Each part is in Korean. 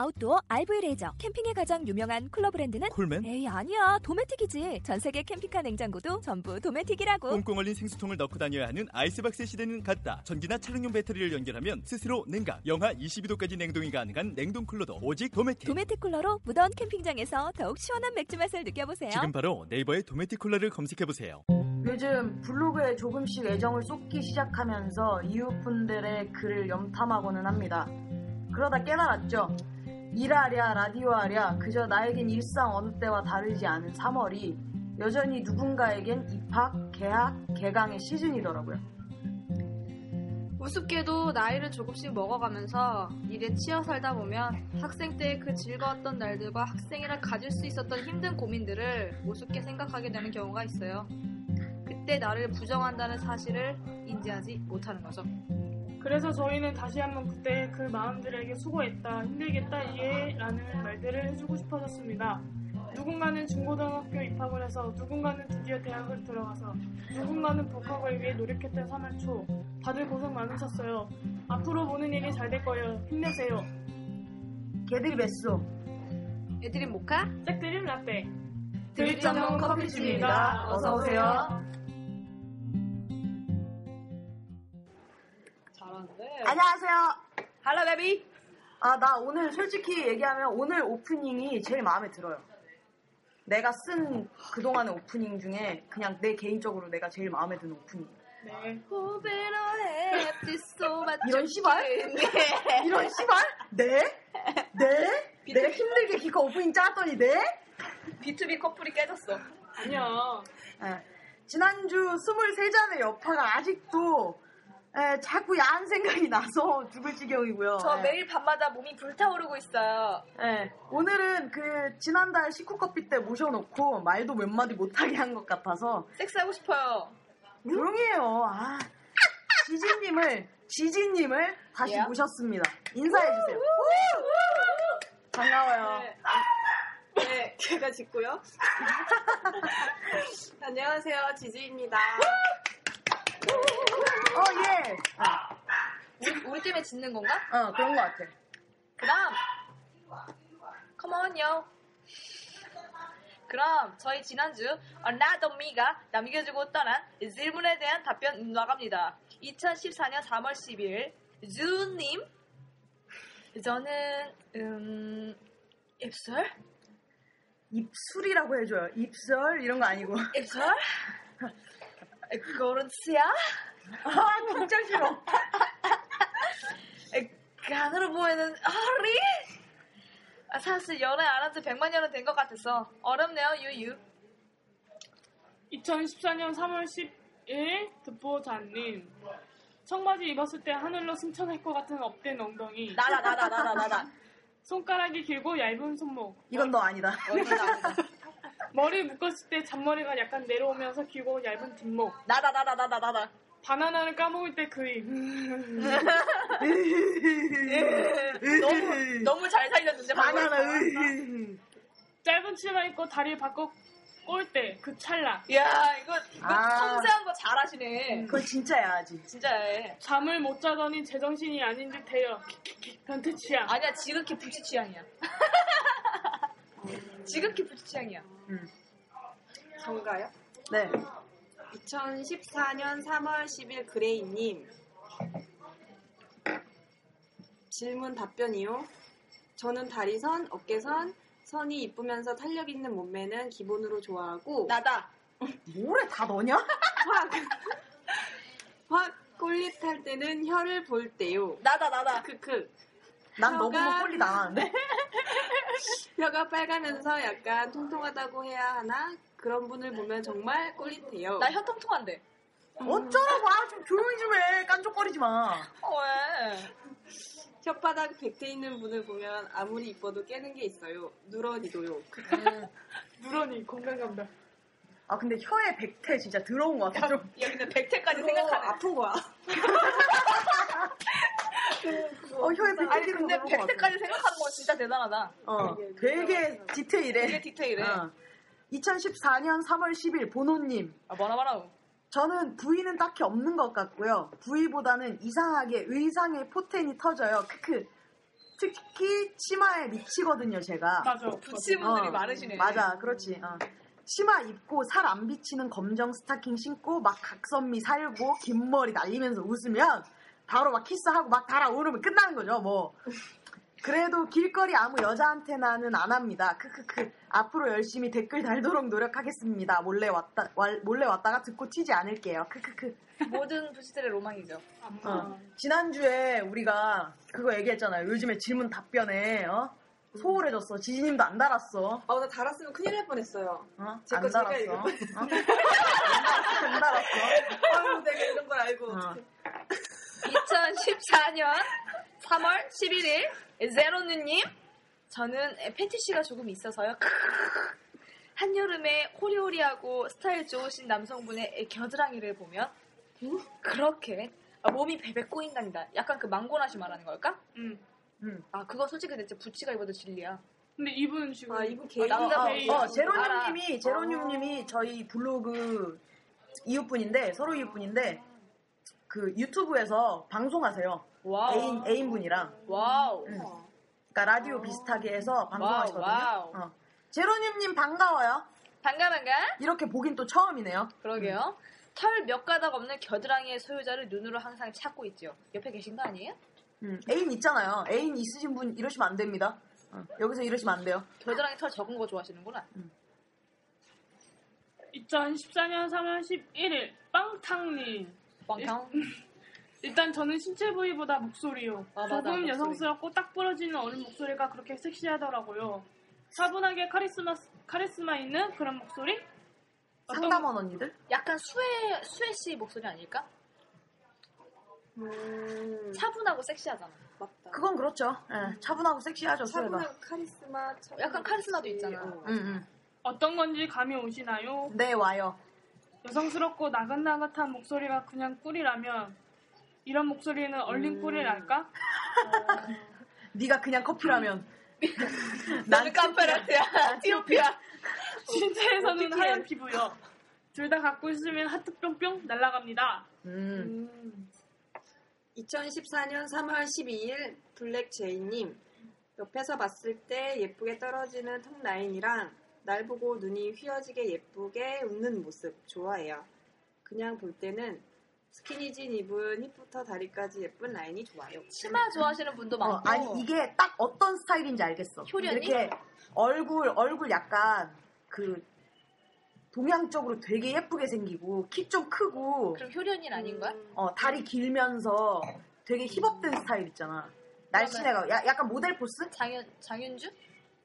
아웃도어 RV 레저 캠핑에 가장 유명한 쿨러 브랜드는 콜맨? 에이 아니야 도메틱이지 전 세계 캠핑카 냉장고도 전부 도메틱이라고 꽁꽁 얼린 생수통을 넣고 다녀야 하는 아이스박스 시대는 갔다. 전기나 차량용 배터리를 연결하면 스스로 냉각, 영하 22도까지 냉동이 가능한 냉동 쿨러도 오직 도메틱. 도메틱 쿨러로 무더운 캠핑장에서 더욱 시원한 맥주 맛을 느껴보세요 지금 바로 네이버에 도메틱 쿨러를 검색해보세요. 요즘 블로그에 조금씩 애정을 쏟기 시작하면서 이웃분들의 글을 염탐하고는 합니다. 그러다 깨달았죠. 일하랴 라디오하랴 그저 나에겐 일상 어느 때와 다르지 않은 3월이 여전히 누군가에겐 입학, 개학, 개강의 시즌이더라고요. 우습게도 나이를 조금씩 먹어가면서 일에 치여 살다 보면 학생 때의 그 즐거웠던 날들과 학생이라 가질 수 있었던 힘든 고민들을 우습게 생각하게 되는 경우가 있어요. 그때 나를 부정한다는 사실을 인지하지 못하는 거죠. 그래서 저희는 다시 한번 그때 그 마음들에게 수고했다, 힘들겠다, 이해라는 말들을 해주고 싶어졌습니다. 누군가는 중고등학교 입학을 해서, 누군가는 드디어 대학을 들어가서, 누군가는 복학을 위해 노력했던 3월 초. 다들 고생 많으셨어요. 앞으로 모든 일이 잘 될 거예요. 힘내세요. 개들이 뱃소. 애들이 모카? 짝드림 라떼. 드립 전문 커피집입니다. 어서 오세요. 잘하는데. 안녕하세요. 할로 베비. 아, 나 오늘 솔직히 얘기하면 오늘 오프닝이 제일 마음에 들어요. 내가 쓴 그동안의 오프닝 중에 그냥 내 개인적으로 내가 제일 마음에 드는 오프닝. 네. 고베로 해피 소마 이런 씨발? 이런 씨발? 네? 네? 내가 힘들게 기껏 오프닝 짰더니 네? B2B 커플이 깨졌어. 안녕. 예. 지난주 23잔의 여파가 아직도 예, 자꾸 야한 생각이 나서 죽을 지경이고요. 저 예. 매일 밤마다 몸이 불타오르고 있어요. 예. 오늘은 그 지난달 식후커피 때 모셔놓고 말도 몇 마디 못하게 한 것 같아서 섹스하고 싶어요. 조용히 해요. 아, 지진님을, 지진님을 다시 예요? 모셨습니다. 인사해주세요. 반가워요. 네. 네, 제가 짓고요. 안녕하세요, 지지입니다. 어, 예. 우리, 우리 팀에 짓는 건가? 어, 그런 것 같아. 그럼 컴온요. 그럼 저희 지난주 어나더미가 남겨주고 떠난 질문에 대한 답변 나갑니다. 2014년 3월 10일 주님 저는 음 입술 입술이라고 해줘요. 입술, 이런 거 아니고. 입술 고른치야 아, 진짜 싫어. 간으로 보이는 허리 아, 사실 연애 안 한 지 100만 년은 된 것 같아서 어렵네요 유유 2014년 3월 10일 듣보자님. 청바지 입었을 때 하늘로 승천할 것 같은 업된 엉덩이. 나라 나라 나라 나라 손가락이 길고 얇은 손목. 이건 너 아니다. 머리 묶었을 때 잔머리가 약간 내려오면서 길고 얇은 뒷목. 나라 나라 나라 나라 바나나를 까먹을 때 그 입. 너무 너무 잘 살렸는데 방금. 바나나, 으. 짧은 치마 입고 다리 바꿔 꼴 때 그 찰나. 야 이거 이거 아. 섬세한 거 잘하시네 그건 진짜야, 아직. 진짜 해. 잠을 못 자더니 제정신이 아닌 듯 해요. 킥킥킥 변태 취향. 아니야 지극히 불치 취향이야 지극히 불치 취향이야 정가요? 네. 2014년 3월 10일 그레이님 질문 답변이요. 저는 다리선, 어깨선, 선이 이쁘면서 탄력 있는 몸매는 기본으로 좋아하고 나다 뭐래, 다 너냐? 확, 확 꼴릿할 때는 혀를 볼 때요. 나다 나다 그 크크. 난 너무 혀가- 꼴리 네. 나가는데? 혀가 빨가면서 약간 통통하다고 해야 하나 그런 분을 보면 정말 꼴릿해요. 나 혀 통통한데 어쩌라고, 아, 좀 조용히 좀 해. 깐족거리지 마. 어, 왜 혓바닥 백태 있는 분을 보면 아무리 음. 이뻐도 깨는 게 있어요. 누런이도요. 누런이 건강감별. 아 근데 혀에 백태 진짜 들어온 것 같아. 좀. 야, 근데 백태까지 그거 생각하는. 아픈 거야. 어 혀에 백태 아니, 기름 근데 들어온 것 같아. 백태까지 생각하는 건 진짜 대단하다. 어, 되게 되게 디테일해. 디테일해. 어. 2014년 3월 10일 보노님. 아, 뭐라 뭐라. 저는 부위는 딱히 없는 것 같고요. 부위보다는 이상하게 의상에 포텐이 터져요. 크크. 특히 치마에 미치거든요, 제가. 맞아. 부치분들이 어, 많으시네. 맞아, 그렇지. 어. 치마 입고 살 안 비치는 검정 스타킹 신고 막 각선미 살고 긴 머리 날리면서 웃으면 바로 막 키스하고 막 달아오르면 끝나는 거죠, 뭐. 그래도 길거리 아무 여자한테나는 안 합니다. 크크크. 앞으로 열심히 댓글 달도록 노력하겠습니다. 몰래 왔다 왈- 몰래 왔다가 듣고 튀지 않을게요. 크크크. 모든 부치들의 로망이죠. 어. 지난주에 우리가 그거 얘기했잖아요. 요즘에 질문 답변에 어? 소홀해졌어. 지지님도 안 달았어. 아, 나 달았으면 큰일 날 뻔했어요. 어? 제 안 거 제가 달았어. 읽을 어? 안 달았어. 아유, 내가 이런 걸 알고. 어. 2014년 3월 11일 제로누님 저는 패티시가 조금 있어서요. 크으. 한여름에 호리호리하고 스타일 좋으신 남성분의 겨드랑이를 보면 그렇게 아, 몸이 베베 꼬인답니다. 약간 그 망고나시 말하는 걸까? 음. 아 그거 솔직히 대체 부치가 입어도 진리야. 근데 이분 지금 아, 이분 개인. 아, 남자 어, 개인. 어, 알아. 제로님이 제로님이 저희 블로그 이웃분인데 서로 이웃분인데 그 유튜브에서 방송하세요. 와우. 애인 애인분이랑 와우. 응. 그러니까 라디오 비슷하게 해서 와우, 방송하시거든요. 어. 제로님님 반가워요. 반가 반가. 이렇게 보긴 또 처음이네요. 그러게요. 털 몇 가닥 없는 겨드랑이의 소유자를 눈으로 항상 찾고 있죠. 옆에 계신 거 아니에요? 음, 애인 있잖아요. 애인 있으신 분 이러시면 안 됩니다. 어, 여기서 이러시면 안 돼요. 겨드랑이 털 적은 거 좋아하시는구나. 2014년 3월 11일 빵탕님. 왕탕. 일단 저는 신체 부위보다 목소리요. 아, 맞아, 조금 목소리. 여성스럽고 딱 부러지는 어른 목소리가 그렇게 섹시하더라고요. 차분하게 카리스마 카리스마 있는 그런 목소리? 어떤- 상담원 언니들? 약간 수혜 수혜 씨 목소리 아닐까? 음, 차분하고 섹시하잖아. 맞다. 그건 그렇죠. 예, 차분하고 섹시하죠. 소리가. 차분한 아, 카리스마. 차분한 약간 카리스마도 목소리. 있잖아. 어. 음, 음. 어떤 건지 감이 오시나요? 네 와요. 여성스럽고 나긋나긋한 목소리가 그냥 꿀이라면 이런 목소리는 얼린 음. 꿀이랄까? 네가 그냥 커피라면 나는 깜페라테야, 티오피야. 신체에서는 어떡해. 하얀 피부요. 둘 다 갖고 있으면 하트 뿅뿅 날아갑니다. 음. 음. 2014년 3월 12일 블랙 제이님 옆에서 봤을 때 예쁘게 떨어지는 턱 라인이랑 날 보고 눈이 휘어지게 예쁘게 웃는 모습 좋아해요. 그냥 볼 때는 스키니진 입은 힙부터 다리까지 예쁜 라인이 좋아요. 치마 좋아하시는 분도 어, 많고. 아니 이게 딱 어떤 스타일인지 알겠어. 효리 언니? 이렇게 얼굴 얼굴 약간 그 동양 쪽으로 되게 예쁘게 생기고 키 좀 크고 그럼 효련인 아닌 거야? 어, 다리 길면서 되게 힙업된 스타일 있잖아. 날씬해가 야- 약간 모델 포스? 장윤 장윤주?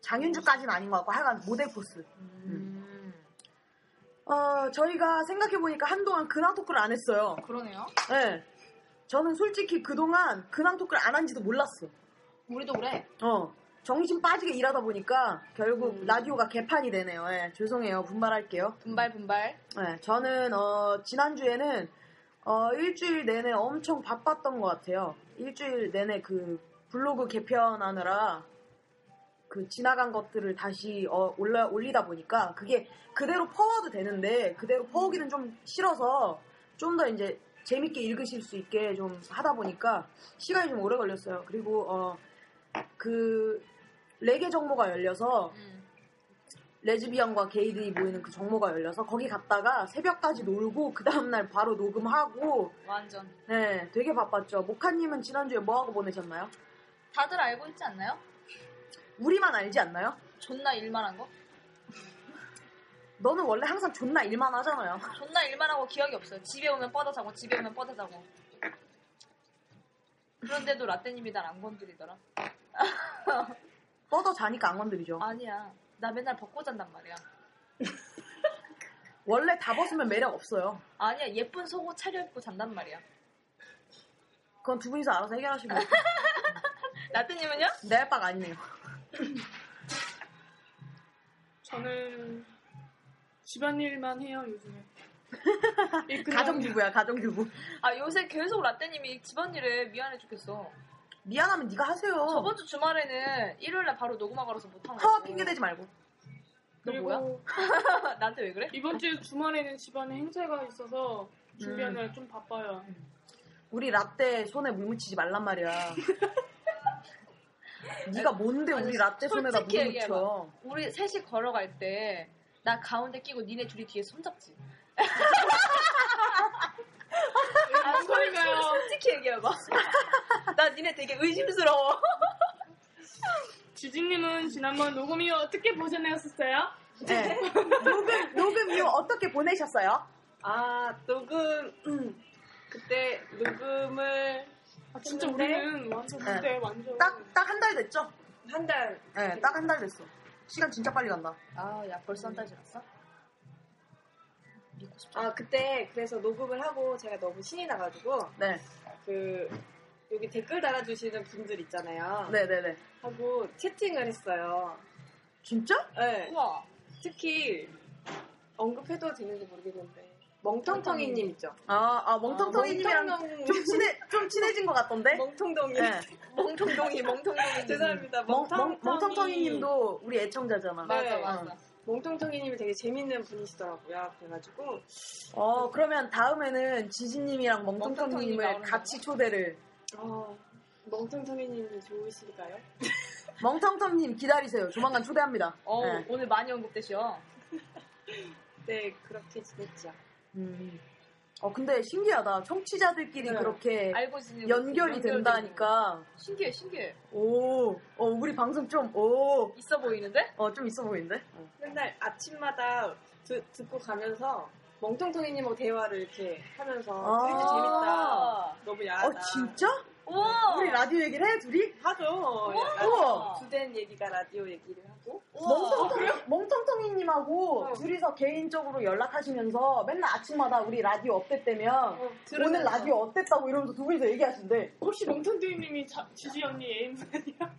장윤주까지는 아닌 것 같고 하여간 모델 포스. 음. 어 저희가 생각해 보니까 한동안 근황 토크를 안 했어요. 그러네요. 예. 저는 솔직히 그동안 근황 토크를 안 한지도 몰랐어. 우리도 그래. 어. 정신 빠지게 일하다 보니까 결국 라디오가 개판이 되네요. 예, 죄송해요. 분발할게요. 분발 분발. 예, 저는 어, 지난주에는 어, 일주일 내내 엄청 바빴던 것 같아요. 일주일 내내 그 블로그 개편하느라 그 지나간 것들을 다시 어, 올라, 올리다 보니까 그게 그대로 퍼와도 되는데 그대로 퍼오기는 좀 싫어서 좀 더 이제 재밌게 읽으실 수 있게 좀 하다 보니까 시간이 좀 오래 걸렸어요. 그리고 어, 그 레게 정모가 열려서 음. 레즈비언과 게이들이 모이는 그 정모가 열려서 거기 갔다가 새벽까지 놀고 그 다음날 바로 녹음하고 완전. 네 되게 바빴죠 모카님은 지난주에 뭐하고 보내셨나요? 다들 알고 있지 않나요? 우리만 알지 않나요? 존나 일만 한 거? 너는 원래 항상 존나 일만 하잖아요 존나 일만 하고 기억이 없어요. 집에 오면 뻗어 자고 집에 오면 뻗어 자고. 그런데도 라떼님이 날 안 건드리더라. 뻗어 자니까 안 건드리죠 아니야. 네. 나 맨날 벗고 잔단 말이야. 원래 다 벗으면 매력 없어요 아니야. 예쁜 속옷 차려입고 잔단 말이야. 그건 두 분이서 알아서 해결하시고 라떼님은요? 내 할 바가 아니네요 저는 집안일만 해요 요즘에. 예, 그냥 가정주부야 가정주부. 아 요새 계속 라떼님이 집안일에 미안해 죽겠어. 미안하면 네가 하세요. 저번 주 주말에는 일요일날 바로 녹음하고 가서 못한 거. 파워 어, 핑계 대지 말고. 그리고 나한테 왜 그래? 이번 주 주말에는 집안에 행사가 있어서 준비하느라 음. 좀 바빠요. 우리 라떼 손에 물 묻히지 말란 말이야. 네가 뭔데 우리 라떼 손에다 솔직히 물 묻혀. 우리 셋이 걸어갈 때 나 가운데 끼고 니네 둘이 뒤에 손잡지. 아, 무슨 솔- 소리가요? 솔직히 얘기해봐. 나 니네 되게 의심스러워. 지진님은 지난번 녹음 이후 어떻게 보셨나요?었어요 아, 네. 녹음, 녹음 이후 어떻게 보내셨어요? 아 녹음 그때 녹음을 아, 진짜 근데- 우리는 완전 네. 무대 완전. 딱, 딱 한 달 됐죠? 한달 네, 딱 한 달 됐어. 시간 진짜 빨리 간다. 아, 야 벌써 한 달 지났어? 믿고 싶다. 아 그때 그래서 녹음을 하고 제가 너무 신이 나가지고 네, 그 여기 댓글 달아주시는 분들 있잖아요. 네네네. 하고 채팅을 했어요. 진짜? 네. 우와. 특히 언급해도 되는지 모르겠는데 멍텅텅이님 있죠. 아, 아 멍텅텅이님이랑 멍텅- 좀 친해, 좀 친해진 것 같던데? 멍텅덩이. 네. 멍텅덩이, 멍텅덩이. 죄송합니다. 멍, 멍, 멍텅텅이. 멍텅텅이님도 우리 애청자잖아. 맞아, 네. 어. 맞아. 멍텅텅이님이 되게 재밌는 분이시더라고요. 그래가지고 어, 그러면 다음에는 지진님이랑 멍텅텅이가 멍텅텅이님을 오는 같이 초대를. 어, 멍텅텅이님이 좋으실까요? 멍텅텅님 기다리세요. 조만간 초대합니다. 어우, 네. 오늘 많이 언급되셔. 네 그렇게 지냈죠. 음. 어, 근데 신기하다. 청취자들끼리 네. 그렇게 알고 지내고. 연결이 연결되는 된다니까. 거. 신기해, 신기해. 오, 어, 우리 방송 좀, 오, 있어 보이는데? 어, 좀 있어 보이는데? 어. 맨날 아침마다 드- 듣고 가면서 멍텅텅이님하고 대화를 이렇게 하면서 아. 되게 재밌다. 너무 야하다. 어, 진짜? 우와. 어. 우리 라디오 얘기를 해, 둘이? 하죠. 약간 우와. 주된 얘기가 라디오 얘기를 하고. 멍텅텅, 멍텅텅이님하고 어. 둘이서 개인적으로 연락하시면서 맨날 아침마다 우리 라디오 업데이 되면 어, 오늘 들으면서. 라디오 업데이트하고 이러면서 두 분이서 얘기하신대. 혹시 멍텅텅이님이 자- 지지 언니 애인 아니야?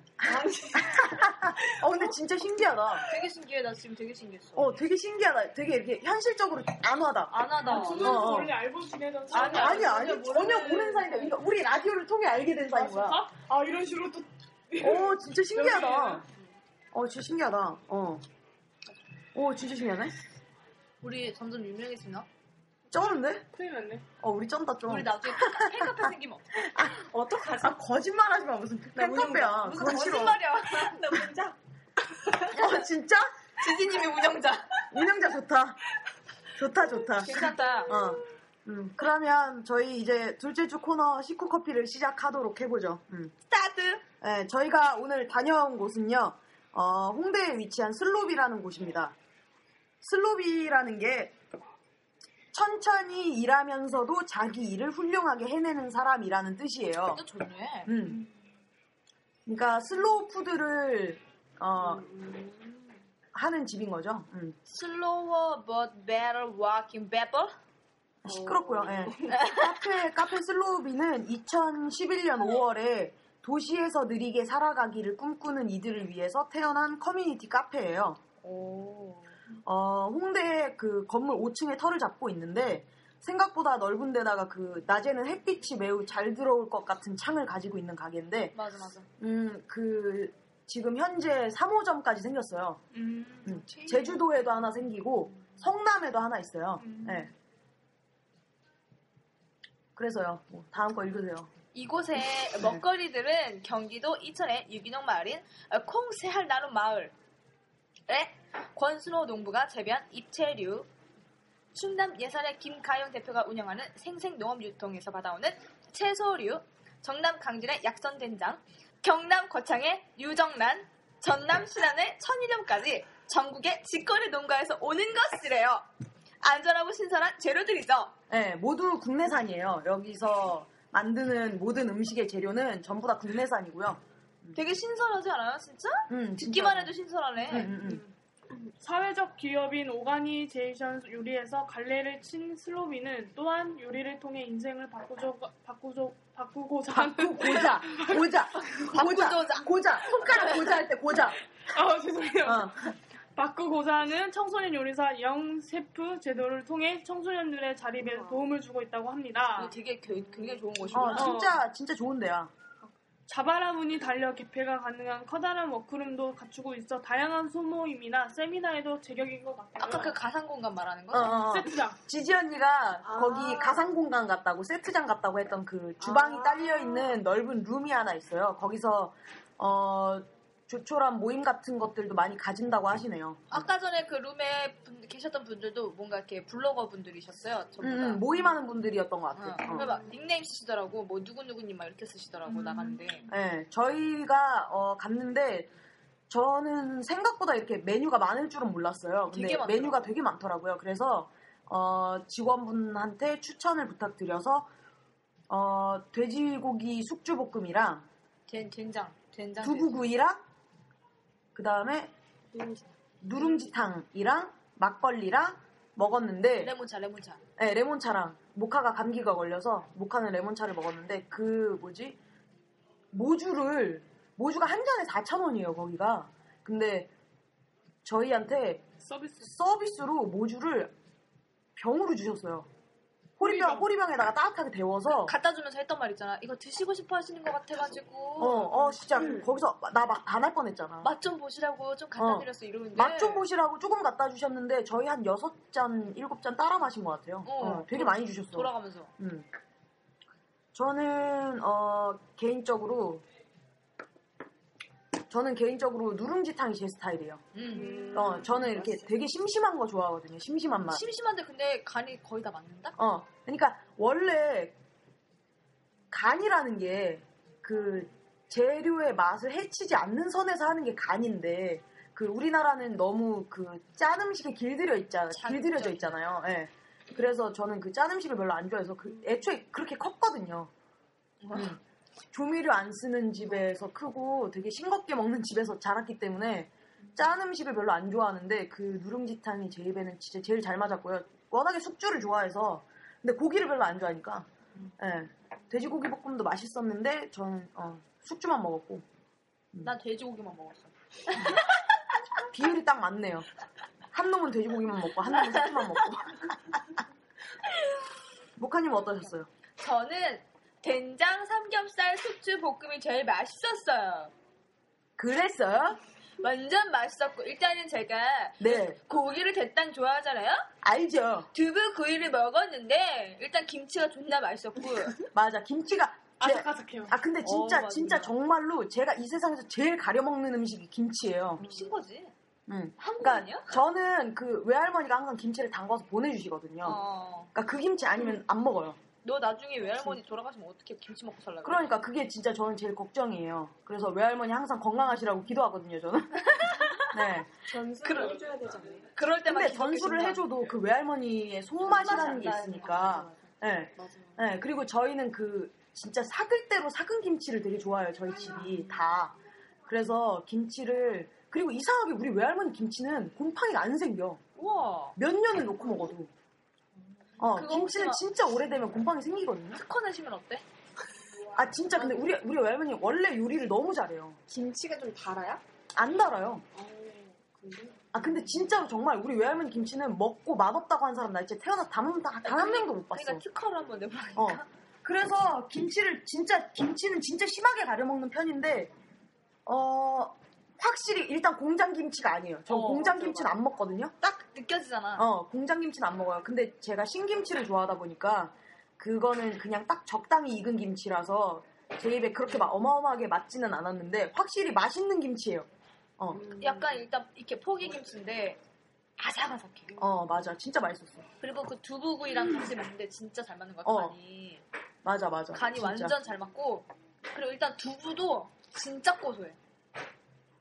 어, 근데 진짜 신기하다. 되게 신기해. 나 지금 되게 신기했어. 어, 되게 신기하다. 되게 이렇게 현실적으로 안 와다. 안 하다. 두 어, 분이서 어. 원래 알고 지내던 아니, 사이야? 아니, 아니, 전혀 모르는 사이인데, 그러니까 우리 라디오를 통해 알게 된 아, 사이인 거야. 진짜? 아 이런 식으로 또 오, 어, 진짜 신기하다. 여기에는? 어, 진짜 신기하다. 어. 오, 진짜 신기하네. 우리 점점 유명해지나? 쩌는데? 큰일 났네. 어, 우리 쩐다, 좀. 우리 나중에 팬카- 팬카페 생기면 어떡해? 어떡하지? 아, 거짓말 하지 마. 무슨 나 운영- 팬카페야. 무슨 그건 싫어. 거짓말이야. 나 혼자 어, 진짜? 지지님이 운영자. 운영자 좋다. 좋다, 좋다. 괜찮다. 어. 음, 그러면 저희 이제 둘째 주 코너 식후 커피를 시작하도록 해보죠. 음. 스타트. 네, 저희가 오늘 다녀온 곳은요, 어, 홍대에 위치한 슬롭이라는 곳입니다. 슬롭이라는 게 천천히 일하면서도 자기 일을 훌륭하게 해내는 사람이라는 뜻이에요. 또 좋네. 음. 그러니까 슬로우 푸드를 어, 하는 집인 거죠. 음. Slower but better walking people. 시끄럽고요. 예. 카페 카페 슬로우비는 2011년 5월에 도시에서 느리게 살아가기를 꿈꾸는 이들을 위해서 태어난 커뮤니티 카페예요. 오. 어, 홍대 그 건물 5층에 터를 잡고 있는데 생각보다 넓은 데다가 그 낮에는 햇빛이 매우 잘 들어올 것 같은 창을 가지고 있는 가게인데 맞아 맞아. 음, 그 지금 현재 3호점까지 생겼어요. 음. 음, 제주도에도 하나 생기고 성남에도 하나 있어요. 음. 네. 그래서요. 뭐, 다음 거 읽으세요. 이곳의 네. 먹거리들은 경기도 이천의 유기농 마을인 콩새할 나눔 마을에 권순호 농부가 재배한 잎채류, 충남 예산의 김가영 대표가 운영하는 생생농업 유통에서 받아오는 채소류, 정남 강진의 약선 된장, 경남 거창의 유정란, 전남 신안의 천일염까지 전국의 직거래 농가에서 오는 것이래요. 안전하고 신선한 재료들이죠. 네, 모두 국내산이에요. 여기서 만드는 모든 음식의 재료는 전부 다 국내산이고요. 되게 신선하지 않아요, 진짜? 음, 듣기만 진짜. 해도 신선하네. 음, 음, 음. 사회적 기업인 오가니제이션 요리에서 갈래를 친 슬로비는 또한 요리를 통해 인생을 바꾸죠, 바꾸죠, 바꾸고자 하는 고- 고자, 그러니까 고자, 고자, 고자, 손가락 고자 할 때 고자. 아 죄송해요. 어. 바꾸고자 하는 청소년 요리사 영셰프 제도를 통해 청소년들의 자립에 도움을 주고 있다고 합니다. 이거 되게 겨- 굉장히 좋은 아. 어, 것이구나. 진짜 진짜 좋은 데야. 자바라 문이 달려 개폐가 가능한 커다란 워크룸도 갖추고 있어 다양한 소모임이나 세미나에도 제격인 것 같아요. 아까 그 가상 공간 말하는 어, 거? 어, 어. 세트장. 지지 언니가 아. 거기 가상 공간 같다고 세트장 같다고 했던 그 주방이 아. 딸려 있는 넓은 룸이 하나 있어요. 거기서 어 조촐한 모임 같은 것들도 많이 가진다고 하시네요. 아까 전에 그 룸에 분- 계셨던 분들도 뭔가 이렇게 블로거 분들이셨어요. 전부 다. 음, 모임하는 분들이었던 것 어, 같아요. 근데 어. 막 닉네임 쓰시더라고. 뭐 누구누구님 막 이렇게 쓰시더라고 음. 나갔는데. 네, 저희가 어, 갔는데 저는 생각보다 이렇게 메뉴가 많을 줄은 몰랐어요. 근데 되게 많더라고요. 메뉴가 되게 많더라고요. 그래서 어, 직원분한테 추천을 부탁드려서 어, 돼지고기 숙주볶음이랑 된, 된장. 된장. 두부구이랑 그 다음에 네. 누룽지탕이랑 막걸리랑 먹었는데 레몬차 레몬차. 네, 레몬차랑 모카가 감기가 걸려서 모카는 레몬차를 먹었는데 그 뭐지 모주를 모주가 한 잔에 4,000원이에요 거기가 근데 저희한테 서비스. 서비스로 모주를 병으로 주셨어요 호리병 호리병. 호리병에다가 따뜻하게 데워서 갖다 주면서 했던 말 있잖아. 이거 드시고 싶어 하시는 것 같아가지고. 어어 진짜 거기서 나 막 반할 뻔했잖아 맛 좀 보시라고 좀 갖다 어. 드렸어 이러는데. 맛 좀 보시라고 조금 갖다 주셨는데 저희 한 여섯 잔 일곱 잔 따라 마신 것 같아요. 어, 어, 되게 많이 주셨어. 돌아가면서. 음. 저는 어, 개인적으로 저는 개인적으로 누룽지탕이 제 스타일이에요. 음. 어, 저는 이렇게 되게 심심한 거 좋아하거든요. 심심한 맛. 심심한데 근데 간이 거의 다 맞는다? 어, 그러니까 원래 간이라는 게 그 재료의 맛을 해치지 않는 선에서 하는 게 간인데 그 우리나라는 너무 그 짠 음식에 길들여 있잖아, 자극적이죠. 길들여져 있잖아요. 예. 그래서 저는 그 짠 음식을 별로 안 좋아해서 그 애초에 그렇게 컸거든요. 음. 조미료 안 쓰는 집에서 크고 되게 싱겁게 먹는 집에서 자랐기 때문에 짠 음식을 별로 안 좋아하는데 그 누룽지탕이 제 입에는 진짜 제일 잘 맞았고요. 워낙에 숙주를 좋아해서 근데 고기를 별로 안 좋아하니까 예. 돼지고기 볶음도 맛있었는데 저는 어, 숙주만 먹었고 음. 난 돼지고기만 먹었어. 비율이 딱 맞네요. 한 놈은 돼지고기만 먹고 한 놈은 숙주만 먹고. 목카님 어떠셨어요? 저는 된장 삼겹살 숙주 볶음이 제일 맛있었어요. 그랬어요? 완전 맛있었고 일단은 제가 네, 고기를 대땅 좋아하잖아요. 알죠. 두부 구이를 먹었는데 일단 김치가 존나 맛있었고 맞아, 김치가 제- 아삭아삭해요. 아 근데 진짜 어, 맞아. 진짜 정말로 제가 이 세상에서 제일 가려 먹는 음식이 김치예요. 미친 거지. 음. 한국인이요? 그러니까 저는 그 외할머니가 항상 김치를 담가서 보내주시거든요. 어. 그러니까 그 김치 아니면 안 먹어요. 너 나중에 외할머니 돌아가시면 어떻게 김치 먹고 살라고? 그러니까 그게 진짜 저는 제일 걱정이에요. 그래서 외할머니 항상 건강하시라고 기도하거든요, 저는. 네. 전수를 해줘야 되지 않나요? 그럴 때만 근데 기분 전수를 좋다. 해줘도 그 외할머니의 손맛이라는 게 있으니까. 네. 맞아요. 네, 그리고 저희는 그 진짜 삭을 대로 삭은 김치를 되게 좋아해요. 저희 집이 다. 그래서 김치를 그리고 이상하게 우리 외할머니 김치는 곰팡이가 안 생겨. 우와 몇 년을 놓고 먹어도. 어, 그거 혹시 김치는 막- 진짜 오래되면 곰팡이 생기거든요. 특허 내시면 어때? 아 진짜 근데 우리 우리 외할머니 원래 요리를 너무 잘해요. 김치가 좀 달아요? 안 달아요. 어, 근데 아 근데 진짜로 정말 우리 외할머니 김치는 먹고 맛없다고 한 사람 나 이제 태어나 단단한 명도 못 봤어. 그러니까 특허를 한번 내보라니까. 어. 그래서 김치를 진짜 김치는 진짜 심하게 가려 먹는 편인데 어 확실히 일단 공장 김치가 아니에요. 저 어, 공장 맞아, 김치는 안 먹거든요. 딱 느껴지잖아. 어 공장 김치는 안 먹어요. 근데 제가 신김치를 좋아하다 보니까 그거는 그냥 딱 적당히 익은 김치라서 제 입에 그렇게 막 어마어마하게 맞지는 않았는데 확실히 맛있는 김치예요. 약간 일단 이렇게 포기 김치인데 아삭아삭해. 어 맞아 진짜 맛있었어. 그리고 그 두부구이랑 같이 먹는데 진짜 잘 맞는 거야 어. 간이. 맞아 맞아. 간이 진짜. 완전 잘 맞고 그리고 일단 두부도 진짜 고소해.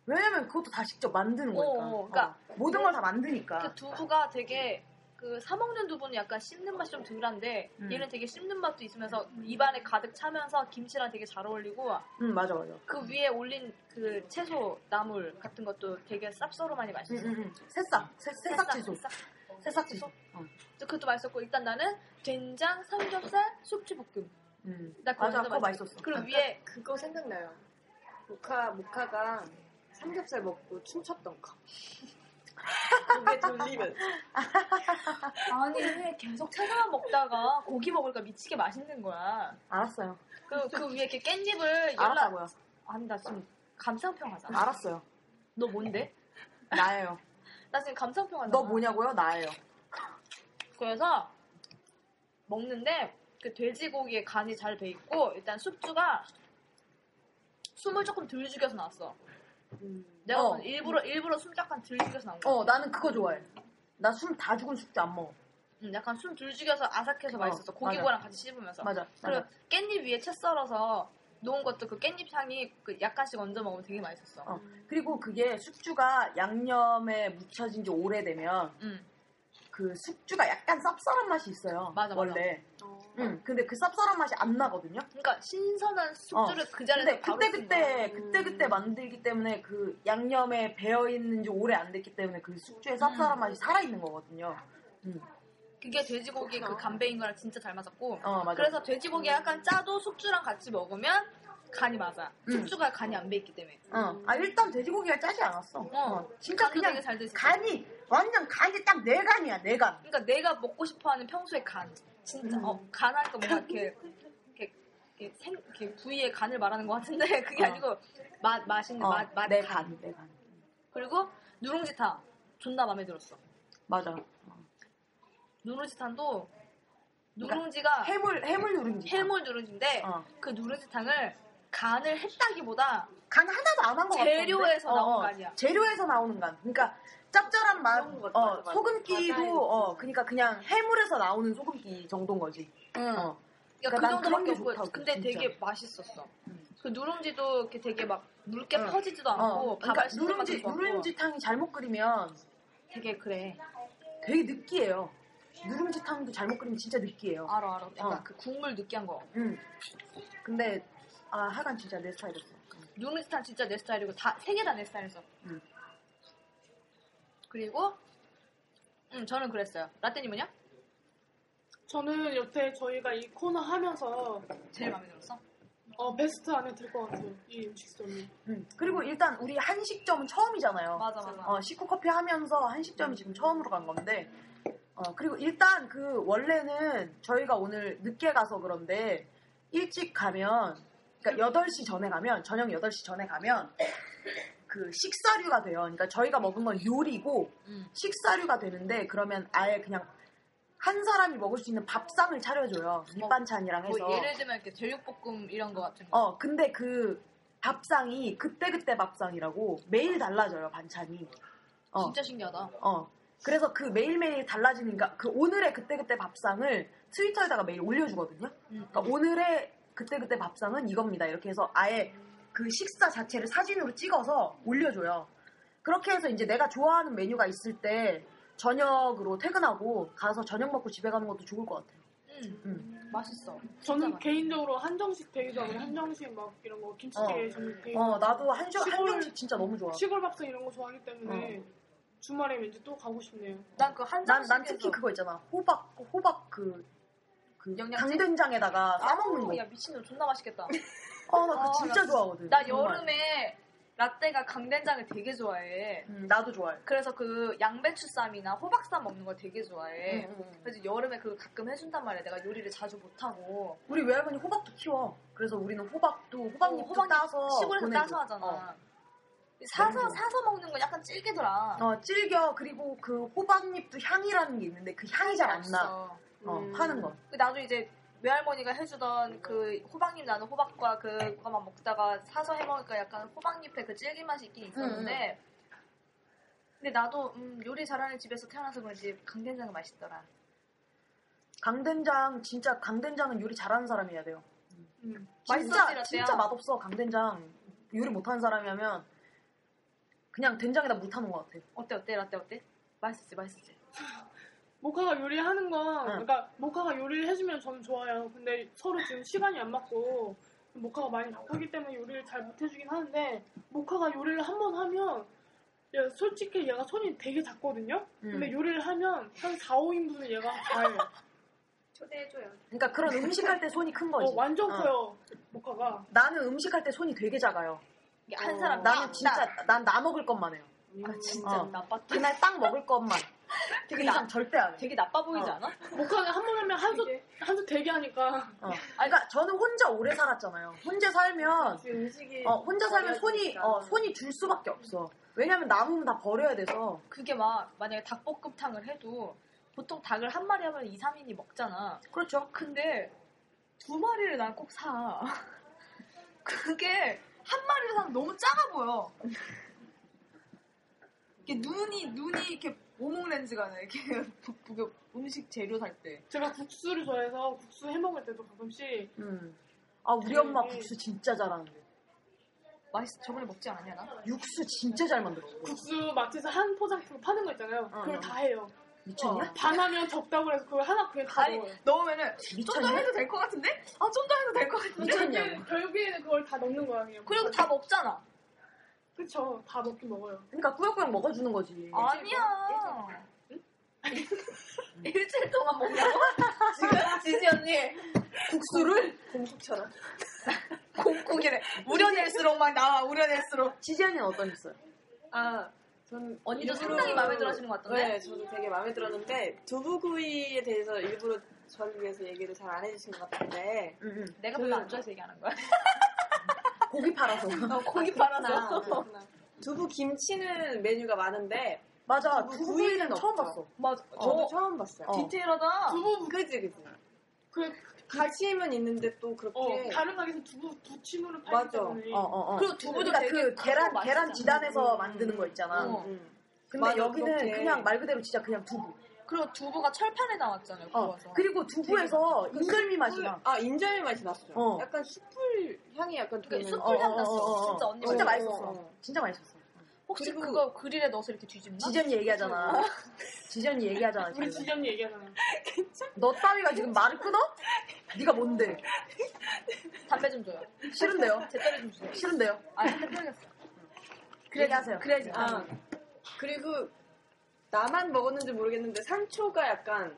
왜냐면 그것도 다 직접 만드는 어, 거니까. 어, 그러니까 어, 모든 걸 다 만드니까. 그 두부가 되게 그 사먹는 두부는 약간 씹는 맛이 좀 덜한데 음. 얘는 되게 씹는 맛도 있으면서 입안에 가득 차면서 김치랑 되게 잘 어울리고 응 맞아 맞아. 그 위에 올린 그 채소 나물 같은 것도 되게 쌉싸름하니 응, 맛있어. 응, 응. 새싹, 새, 음, 새싹 채소. 새싹 채소. 어. 그것도 맛있었고 일단 나는 된장 삼겹살 숙주 볶음. 음. 나 맞아, 그거 맛있었어. 그리고 아까 위에 그거 생각나요. 모카 모카가 삼겹살 먹고 춤췄던 거. 고개 돌리면서. 아니 왜 계속 채소만 먹다가 고기 먹으니까 미치게 맛있는 거야. 알았어요. 그, 그 위에 이렇게 깻잎을 열라. 알았다고요. 아니 나 지금 감상평 하잖아. 알았어요. 너 뭔데? 나예요. 나 지금 감상평 하잖아. 너 뭐냐고요? 나예요. 그래서 먹는데 그 돼지고기에 간이 잘 배 있고 일단 숙주가 숨을 조금 덜 죽여서 나왔어. 내가 어. 보기엔 일부러 일부러 숨 약간 덜 죽여서 나온 거야. 어, 나는 그거 좋아해. 나 숨 다 죽은 숙주 안 먹어. 응, 음, 약간 숨 덜 죽여서 아삭해서 어, 맛있었어. 고기고랑 같이 씹으면서. 맞아. 그리고 맞아. 깻잎 위에 채 썰어서 놓은 것도 그 깻잎 향이 그 약간씩 얹어 먹으면 되게 맛있었어. 어. 그리고 그게 숙주가 양념에 묻혀진 지 오래되면 응. 그 숙주가 약간 쌉쌀한 맛이 있어요. 맞아, 어. 맞아. 원래. 응. 근데 그 쌉쌀한 맛이 안 나거든요. 그러니까 신선한 숙주를 그 어. 자리에서 근데 바로 음. 그때 쓴 그때 거야. 그때 그때 만들기 때문에 그 양념에 배어 있는지 오래 안 됐기 때문에 그 숙주의 쌉쌀한 음. 맛이 살아 있는 거거든요. 거야. 그게 돼지고기 그 간배인 거랑 진짜 잘 맞았고. 어 맞아. 그래서 돼지고기 약간 짜도 숙주랑 같이 먹으면 간이 맞아. 음. 숙주가 간이 안 배 있기 때문에. 어. 아 일단 돼지고기가 짜지 않았어. 어. 어, 진짜 간도 그냥 되게 잘 드시죠. 간이 완전 간이 딱 내 간이야 내 간. 그러니까 내가 먹고 싶어하는 평소의 간. 진짜 음. 어, 간하니까 뭔가 이렇게 이렇게, 이렇게 생 이렇게 부위의 간을 말하는 것 같은데 그게 어. 아니고 맛 맛있는 어, 맛 맛 내 간. 간, 내 간. 그리고 누룽지탕 존나 마음에 들었어. 맞아. 누룽지탕도 누룽지가 그러니까 해물 해물 누룽지. 해물 누룽지인데 어. 그 누룽지탕을 간을 했다기보다 간 하나도 안 한 거 같아. 어, 재료에서 나온 간이야. 재료에서 나오는 간. 그러니까 짭짤한 맛, 그런 것 같아, 어, 맞아, 맞아. 소금기도, 맞아요. 어, 그러니까 그냥 해물에서 나오는 소금기 정도인 거지. 어. 그러니까 난 그 정도밖에 그런 게 없고 좋다고, 근데 진짜. 되게 맛있었어. 음. 그 누룽지도 이렇게 되게 막 묽게 응. 퍼지지도 않고 어, 그러니까 뭐 밥알 씹는 누룽지, 맛도 좋았고 누룽지탕이 잘못 끓이면 되게 그래. 되게 느끼해요. 누룽지탕도 잘못 끓이면 진짜 느끼해요. 알아 알아. 약간 어. 그 국물 느끼한 거. 음. 근데, 아, 하간 진짜 내 스타일이었어. 누룽지탕 진짜 내 스타일이고 다 세 개 다 내 스타일이었어. 음. 그리고 음 저는 그랬어요. 라떼님은요? 저는 여태 저희가 이 코너 하면서 제일 마음에 들었어? 어, 베스트 안에 들 것 같아요. 이 음식점이. 음. 그리고 일단 우리 한식점은 처음이잖아요. 맞아 맞아. 어, 식후 커피 하면서 한식점이 지금 처음으로 간 건데, 어, 그리고 일단 그 원래는 저희가 오늘 늦게 가서 그런데, 일찍 가면, 그러니까 8시 전에 가면, 저녁 8시 전에 가면, 그 식사류가 돼요. 그러니까 저희가 먹은 건 요리고, 음. 식사류가 되는데, 그러면 아예 그냥 한 사람이 먹을 수 있는 밥상을 차려줘요. 밑반찬이랑 해서. 뭐 예를 들면 이렇게 제육볶음 이런 거 같은 거. 어, 근데 그 밥상이 그때그때 밥상이라고 매일 달라져요, 반찬이. 어. 진짜 신기하다. 어. 그래서 그 매일매일 달라지니까 그 오늘의 그때그때 밥상을 트위터에다가 매일 올려주거든요. 음. 그러니까 오늘의 그때그때 밥상은 이겁니다. 이렇게 해서 아예 그 식사 자체를 사진으로 찍어서 올려줘요. 그렇게 해서 이제 내가 좋아하는 메뉴가 있을 때 저녁으로 퇴근하고 가서 저녁 먹고 집에 가는 것도 좋을 것 같아요. 음. 음. 맛있어. 저는 맛있어. 개인적으로 한정식 되게 좋아해요. 한정식 막 이런 거 김치찌개 저는 되게 어, 나도 한식, 음. 시골- 한정식 진짜 너무 좋아. 시골 밥상 이런 거 좋아하기 때문에 주말에 왠지 또 가고 싶네요. 난 그 한정식에서 난, 난 특히 그거 있잖아. 호박, 호박 그, 그 영양제? 강된장에다가 싸먹는 아우, 거. 야 미친놈 존나 맛있겠다. 어, 나 그거 아, 진짜 나- 좋아하거든. 나 정말. 여름에 라떼가 강된장을 되게 좋아해. 음, 나도 좋아해. 그래서 그 양배추 쌈이나 호박 쌈 먹는 걸 되게 좋아해. 음, 음. 그래서 여름에 그 가끔 해준단 말이야. 내가 요리를 자주 못하고 우리 외할머니 호박도 키워. 그래서 우리는 호박도 호박잎 어, 호박잎 따서 시골에서 보내줘. 따서 하잖아. 어. 사서 너무 좋아. 사서 먹는 건 약간 질기더라. 어, 질겨. 그리고 그 호박잎도 향이라는 게 있는데 그 향이 잘 안 나. 맛있어. 어, 음. 파는 거. 그 나도 이제 외할머니가 해주던 그 호박잎 나는 호박과 그거만 먹다가 사서 해먹으니까 약간 호박잎의 그 질긴 맛이 있긴 음, 있었는데 근데 나도 음, 요리 잘하는 집에서 태어나서 그런지 강된장이 맛있더라. 강된장 진짜 강된장은 요리 잘하는 사람이 해야 돼요. 음. 진짜 맛있었지, 진짜 라떼야? 맛없어 강된장 요리 못하는 사람이 하면 그냥 된장에다 물 타는 것 같아. 어때 어때 라떼 어때? 맛있지 맛있지. 모카가 요리하는 건 응. 그러니까 모카가 요리를 해주면 저는 좋아요. 근데 서로 지금 시간이 안 맞고 모카가 많이 바쁘기 때문에 요리를 잘 못 해주긴 하는데 모카가 요리를 한 번 하면 얘 솔직히 얘가 손이 되게 작거든요. 근데 음. 요리를 하면 한 4, 5인분을 얘가 다 해요. 초대해줘요. 그러니까 그런 음식할 때 손이 큰 거지. 어, 완전 어. 커요 모카가. 나는 음식할 때 손이 되게 작아요. 한 사람 나는 딱, 진짜 딱. 난 나 먹을 것만 해요. 아 진짜 음. 어. 나빴다. 그날 딱 먹을 것만. 그 되게 이상 나- 절대 안 해. 되게 나빠 보이지 어. 않아? 목하게 한번 하면 한솥 한솥 대기 하니까 어. 그러니까 저는 혼자 오래 살았잖아요. 혼자 살면 네, 음식이 어, 혼자 살면 손이 버려지니까. 어, 손이 줄 수밖에 없어. 왜냐면 남으면 다 버려야 돼서. 그게 막 만약에 닭볶음탕을 해도 보통 닭을 한 마리 하면 2, 3인이 먹잖아. 그렇죠. 근데 두 마리를 난 꼭 사. 그게 한 마리를 사면 너무 작아 보여. 이게 눈이 눈이 이렇게 오목 렌즈가 나 이렇게 부- 부- 음식 재료 살 때. 제가 국수를 좋아해서 국수 해 먹을 때도 가끔씩 음. 아 우리 엄마 음. 국수 진짜 잘하는데. 맛있어. 저번에 먹지 않았냐 나? 육수 진짜 잘 만들었어. 국수 마트에서 한 포장품 파는 거 있잖아요. 어, 그걸 어. 다 해요. 미쳤냐? 아, 반하면 적다고 해서 그걸 하나 그냥 다 아니 넣어요. 넣으면은 좀 더 미쳤냐? 해도 될 것 같은데? 아 좀 더 해도 될 것 같은데? 미쳤냐고. 근데 결국에는 그걸 다 넣는 거야 그냥. 그리고 다 먹잖아. 그쵸. 다 먹긴 먹어요. 그러니까 꾸역꾸역 먹어주는 거지. 아, 아니야. 일주일 동안 먹냐고? 지금 지지 언니 국수를 공국처럼 공국이래. 우려낼수록 막 나와 우려낼수록. 지지연이는 어떤 게 있어요? 아, 전 언니도 일부러- 상당히 마음에 들어하시는 것 같던데. 네, 저도 되게 마음에 들었는데 두부구이에 대해서 일부러 저를 위해서 얘기를 잘 안 해주신 것 같은데 응, 응. 내가 별로 안 좋아해서 얘기하는 거야. 고기 팔아서. 고기 아, 팔아서. 그렇구나. 두부 김치는 메뉴가 많은데 맞아. 두부 두부구이는 뭐 구이는 처음 없죠. 봤어. 맞아. 저도 저 처음 봤어요. 어. 디테일하다. 두부 그지 그지. 그 김치는 있는데 또 그렇게 어, 다른 가게에서 두부 부침으로 팔기 맞아. 때문에 어, 어, 어. 그리고 두부도 그러니까 되게 그 계란 맛있잖아. 계란 지단에서 음. 만드는 거 있잖아. 어. 음. 근데 맞아, 여기는 그렇게. 그냥말 그대로 진짜 그냥 두부. 그리고 두부가 철판에 나왔잖아요. 어. 구워서. 그리고 두부에서 인절미 맛이 나. 아 인절미 맛이 났어. 어. 요 약간 숯불 향이 약간 그러니까 도는. 숯불 향 어, 어, 났어. 어, 어, 어. 진짜 언니 진짜 말대로. 맛있었어. 어. 진짜 맛있었어. 혹시 그리고- 그거 그릴에 넣어서 이렇게 뒤집나? 지전이 얘기하잖아. 지전이 얘기하잖아. 우리 지금. 지전이 얘기하잖아요. 너 따위가 지금 말을 끊어? 네가 뭔데? 담배 좀 줘요. 싫은데요. 제 딸이 좀 주세요. 싫은데요. 아, 해버렸어. 얘기하세요. 그래야지. 아 그리고 나만 먹었는지 모르겠는데 산초가 약간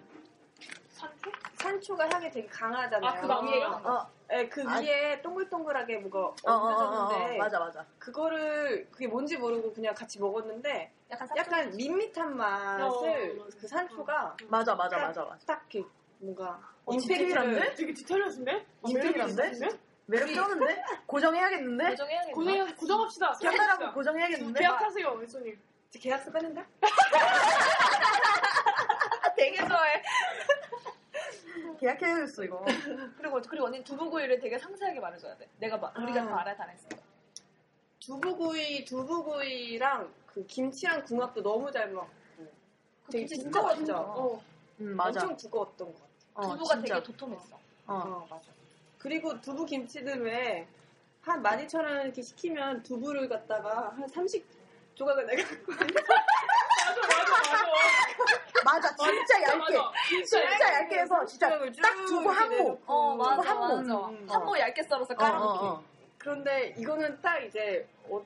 산초? 산초가 향이 되게 강하잖아요. 아, 그 나무예요? 위에- 어, 어, 예, 그 아. 위에 동글동글하게 뭐가 어, 어, 어, 얹어졌는데 어, 맞아, 맞아. 그거를 그게 뭔지 모르고 그냥 같이 먹었는데 약간 약간 밋밋한 맛을 어, 맞아. 그 산초가 맞아, 맞아, 맞아, 맞아. 딱 이렇게 뭔가 어, 디테일한데? 임팩트를 네, 되게 디테일하신데? 디테일한데? 매력 쩌는데? 네? 고정해야겠는데? 고정해야겠나? 고정 고정합시다. 그 깨달하고 고정해야겠는데? 계약하세요, 외손님. 계약서 빼는다? 되게 좋아해. 계약해야겠어, 이거. 그리고 그리고 언니 두부구이를 되게 상세하게 말해줘야 돼. 내가 마, 우리가 아. 다 알아 다 했어. 두부구이 두부구이랑 그 김치랑 궁합도 너무 잘 먹. 되게 김치 진짜 두꺼웠죠. 맛있어. 어, 어. 음, 맞아. 엄청 두꺼웠던 것 같아. 어, 두부가 진짜. 되게 도톰했어. 어. 어. 맞아. 그리고 두부 김치는 왜한 12,000원 이렇게 시키면 두부를 갖다가 한 30조각을 내가 맞아, 맞아, 맞아. 맞아, 진짜 얇게. 맞아. 진짜 얇게 해서 진짜 조각을 쭉 딱 두부 한 이렇게 모. 내놓고. 어 맞아 두부 한 맞아. 모. 음. 한모 얇게 썰어서 어, 깔아놓기. 어, 어. 그런데 이거는 딱 이제 어,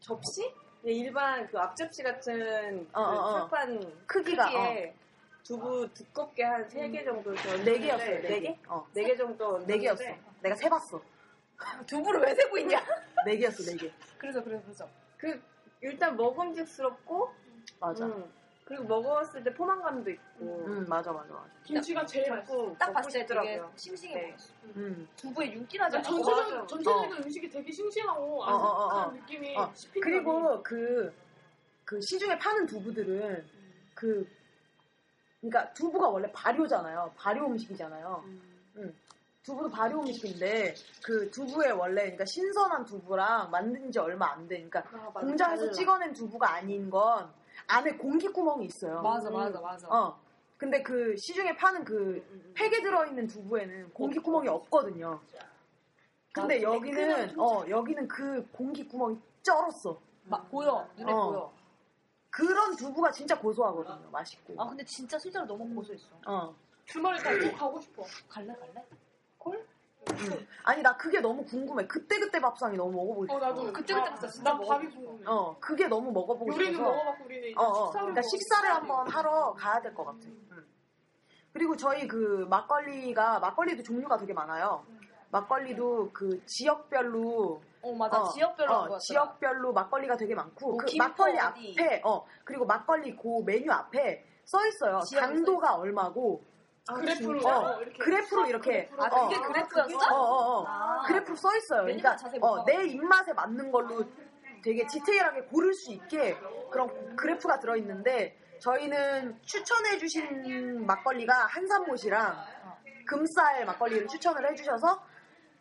접시? 그냥 일반 그 앞접시 같은 그 어, 어, 어. 철판 크기가, 어. 크기에 두부 두껍게 한 세 개 정도 네 개였어요, 네 개. 어. 네개 정도 네 개였어. 얹었는데 내가 세봤어. 두부를 왜 세고 있냐? 네 개였어, 네 개. 그래서 그래서 그래서. 그 일단 먹음직스럽고 맞아. 음, 음, 그리고 먹었을 때 포만감도 있고 맞아, 맞아, 맞아. 김치가 제일 맛있어. 자꾸 딱 먹고 봤을 때 되게 싶더라고요. 싱싱해 네. 보였어. 음. 두부에 윤기나지 않아? 어. 전체적- 전체적인, 맞아. 전체적인 음식이 되게 싱싱하고 어, 어, 어, 아삭한 어. 느낌이 어. 씹히는 그리고 그, 그 시중에 파는 두부들은 그, 그러니까 두부가 원래 발효잖아요. 발효 음식이잖아요. 음. 두부도 발효 음식인데 그 두부에 원래 그러니까 신선한 두부랑 만든 지 얼마 안 돼. 그러니까 아, 맞아. 공장에서 달라. 찍어낸 두부가 아닌 건 안에 공기 구멍이 있어요. 맞아 맞아 맞아. 어. 근데 그 시중에 파는 음, 그 팩에 들어있는 두부에는 공기 구멍이 없거든요. 근데 맞아. 여기는 어 여기는 그 공기 구멍이 쩔었어. 막 보여 눈에 어. 보여. 그런 두부가 진짜 고소하거든요. 맛있고. 아 근데 진짜 실제로 너무 고소했어. 어. 주말에 딱꼭 가고 싶어. 갈래 갈래? 아니 나 그게 너무 궁금해. 그때 그때 밥상이 너무 먹어보고 어, 싶어. 나도. 그때 나- 그때 봤어. 진짜 나 밥이 먹어보고 궁금해. 어 그게 너무 먹어보고 요리는 싶어서. 먹어봤고 우리는 이제 어, 어. 식사로 그러니까 먹어. 식사를 한번 하러 가야 될 것 같아. 음. 그리고 저희 그 막걸리가 막걸리도 종류가 되게 많아요. 막걸리도 그 지역별로 어 맞아 어, 지역별로 어, 한거 같아. 지역별로 막걸리가 되게 많고 뭐 그 김포 막걸리 어디. 앞에 어 그리고 막걸리 고 메뉴 앞에 써 있어요. 지역이 강도가 얼마고 그래프로 진짜? 어, 이렇게 그래프로 이렇게 아 어, 그게 그래프였어? 어, 어, 어. 아. 그래프로 써 있어요. 메뉴만 그러니까 자세히 못 어, 내 봐가지고. 입맛에 맞는 걸로 되게 디테일하게 고를 수 있게 그런 그래프가 들어 있는데 저희는 추천해 주신 막걸리가 한산못이랑 금쌀 막걸리를 추천을 해 주셔서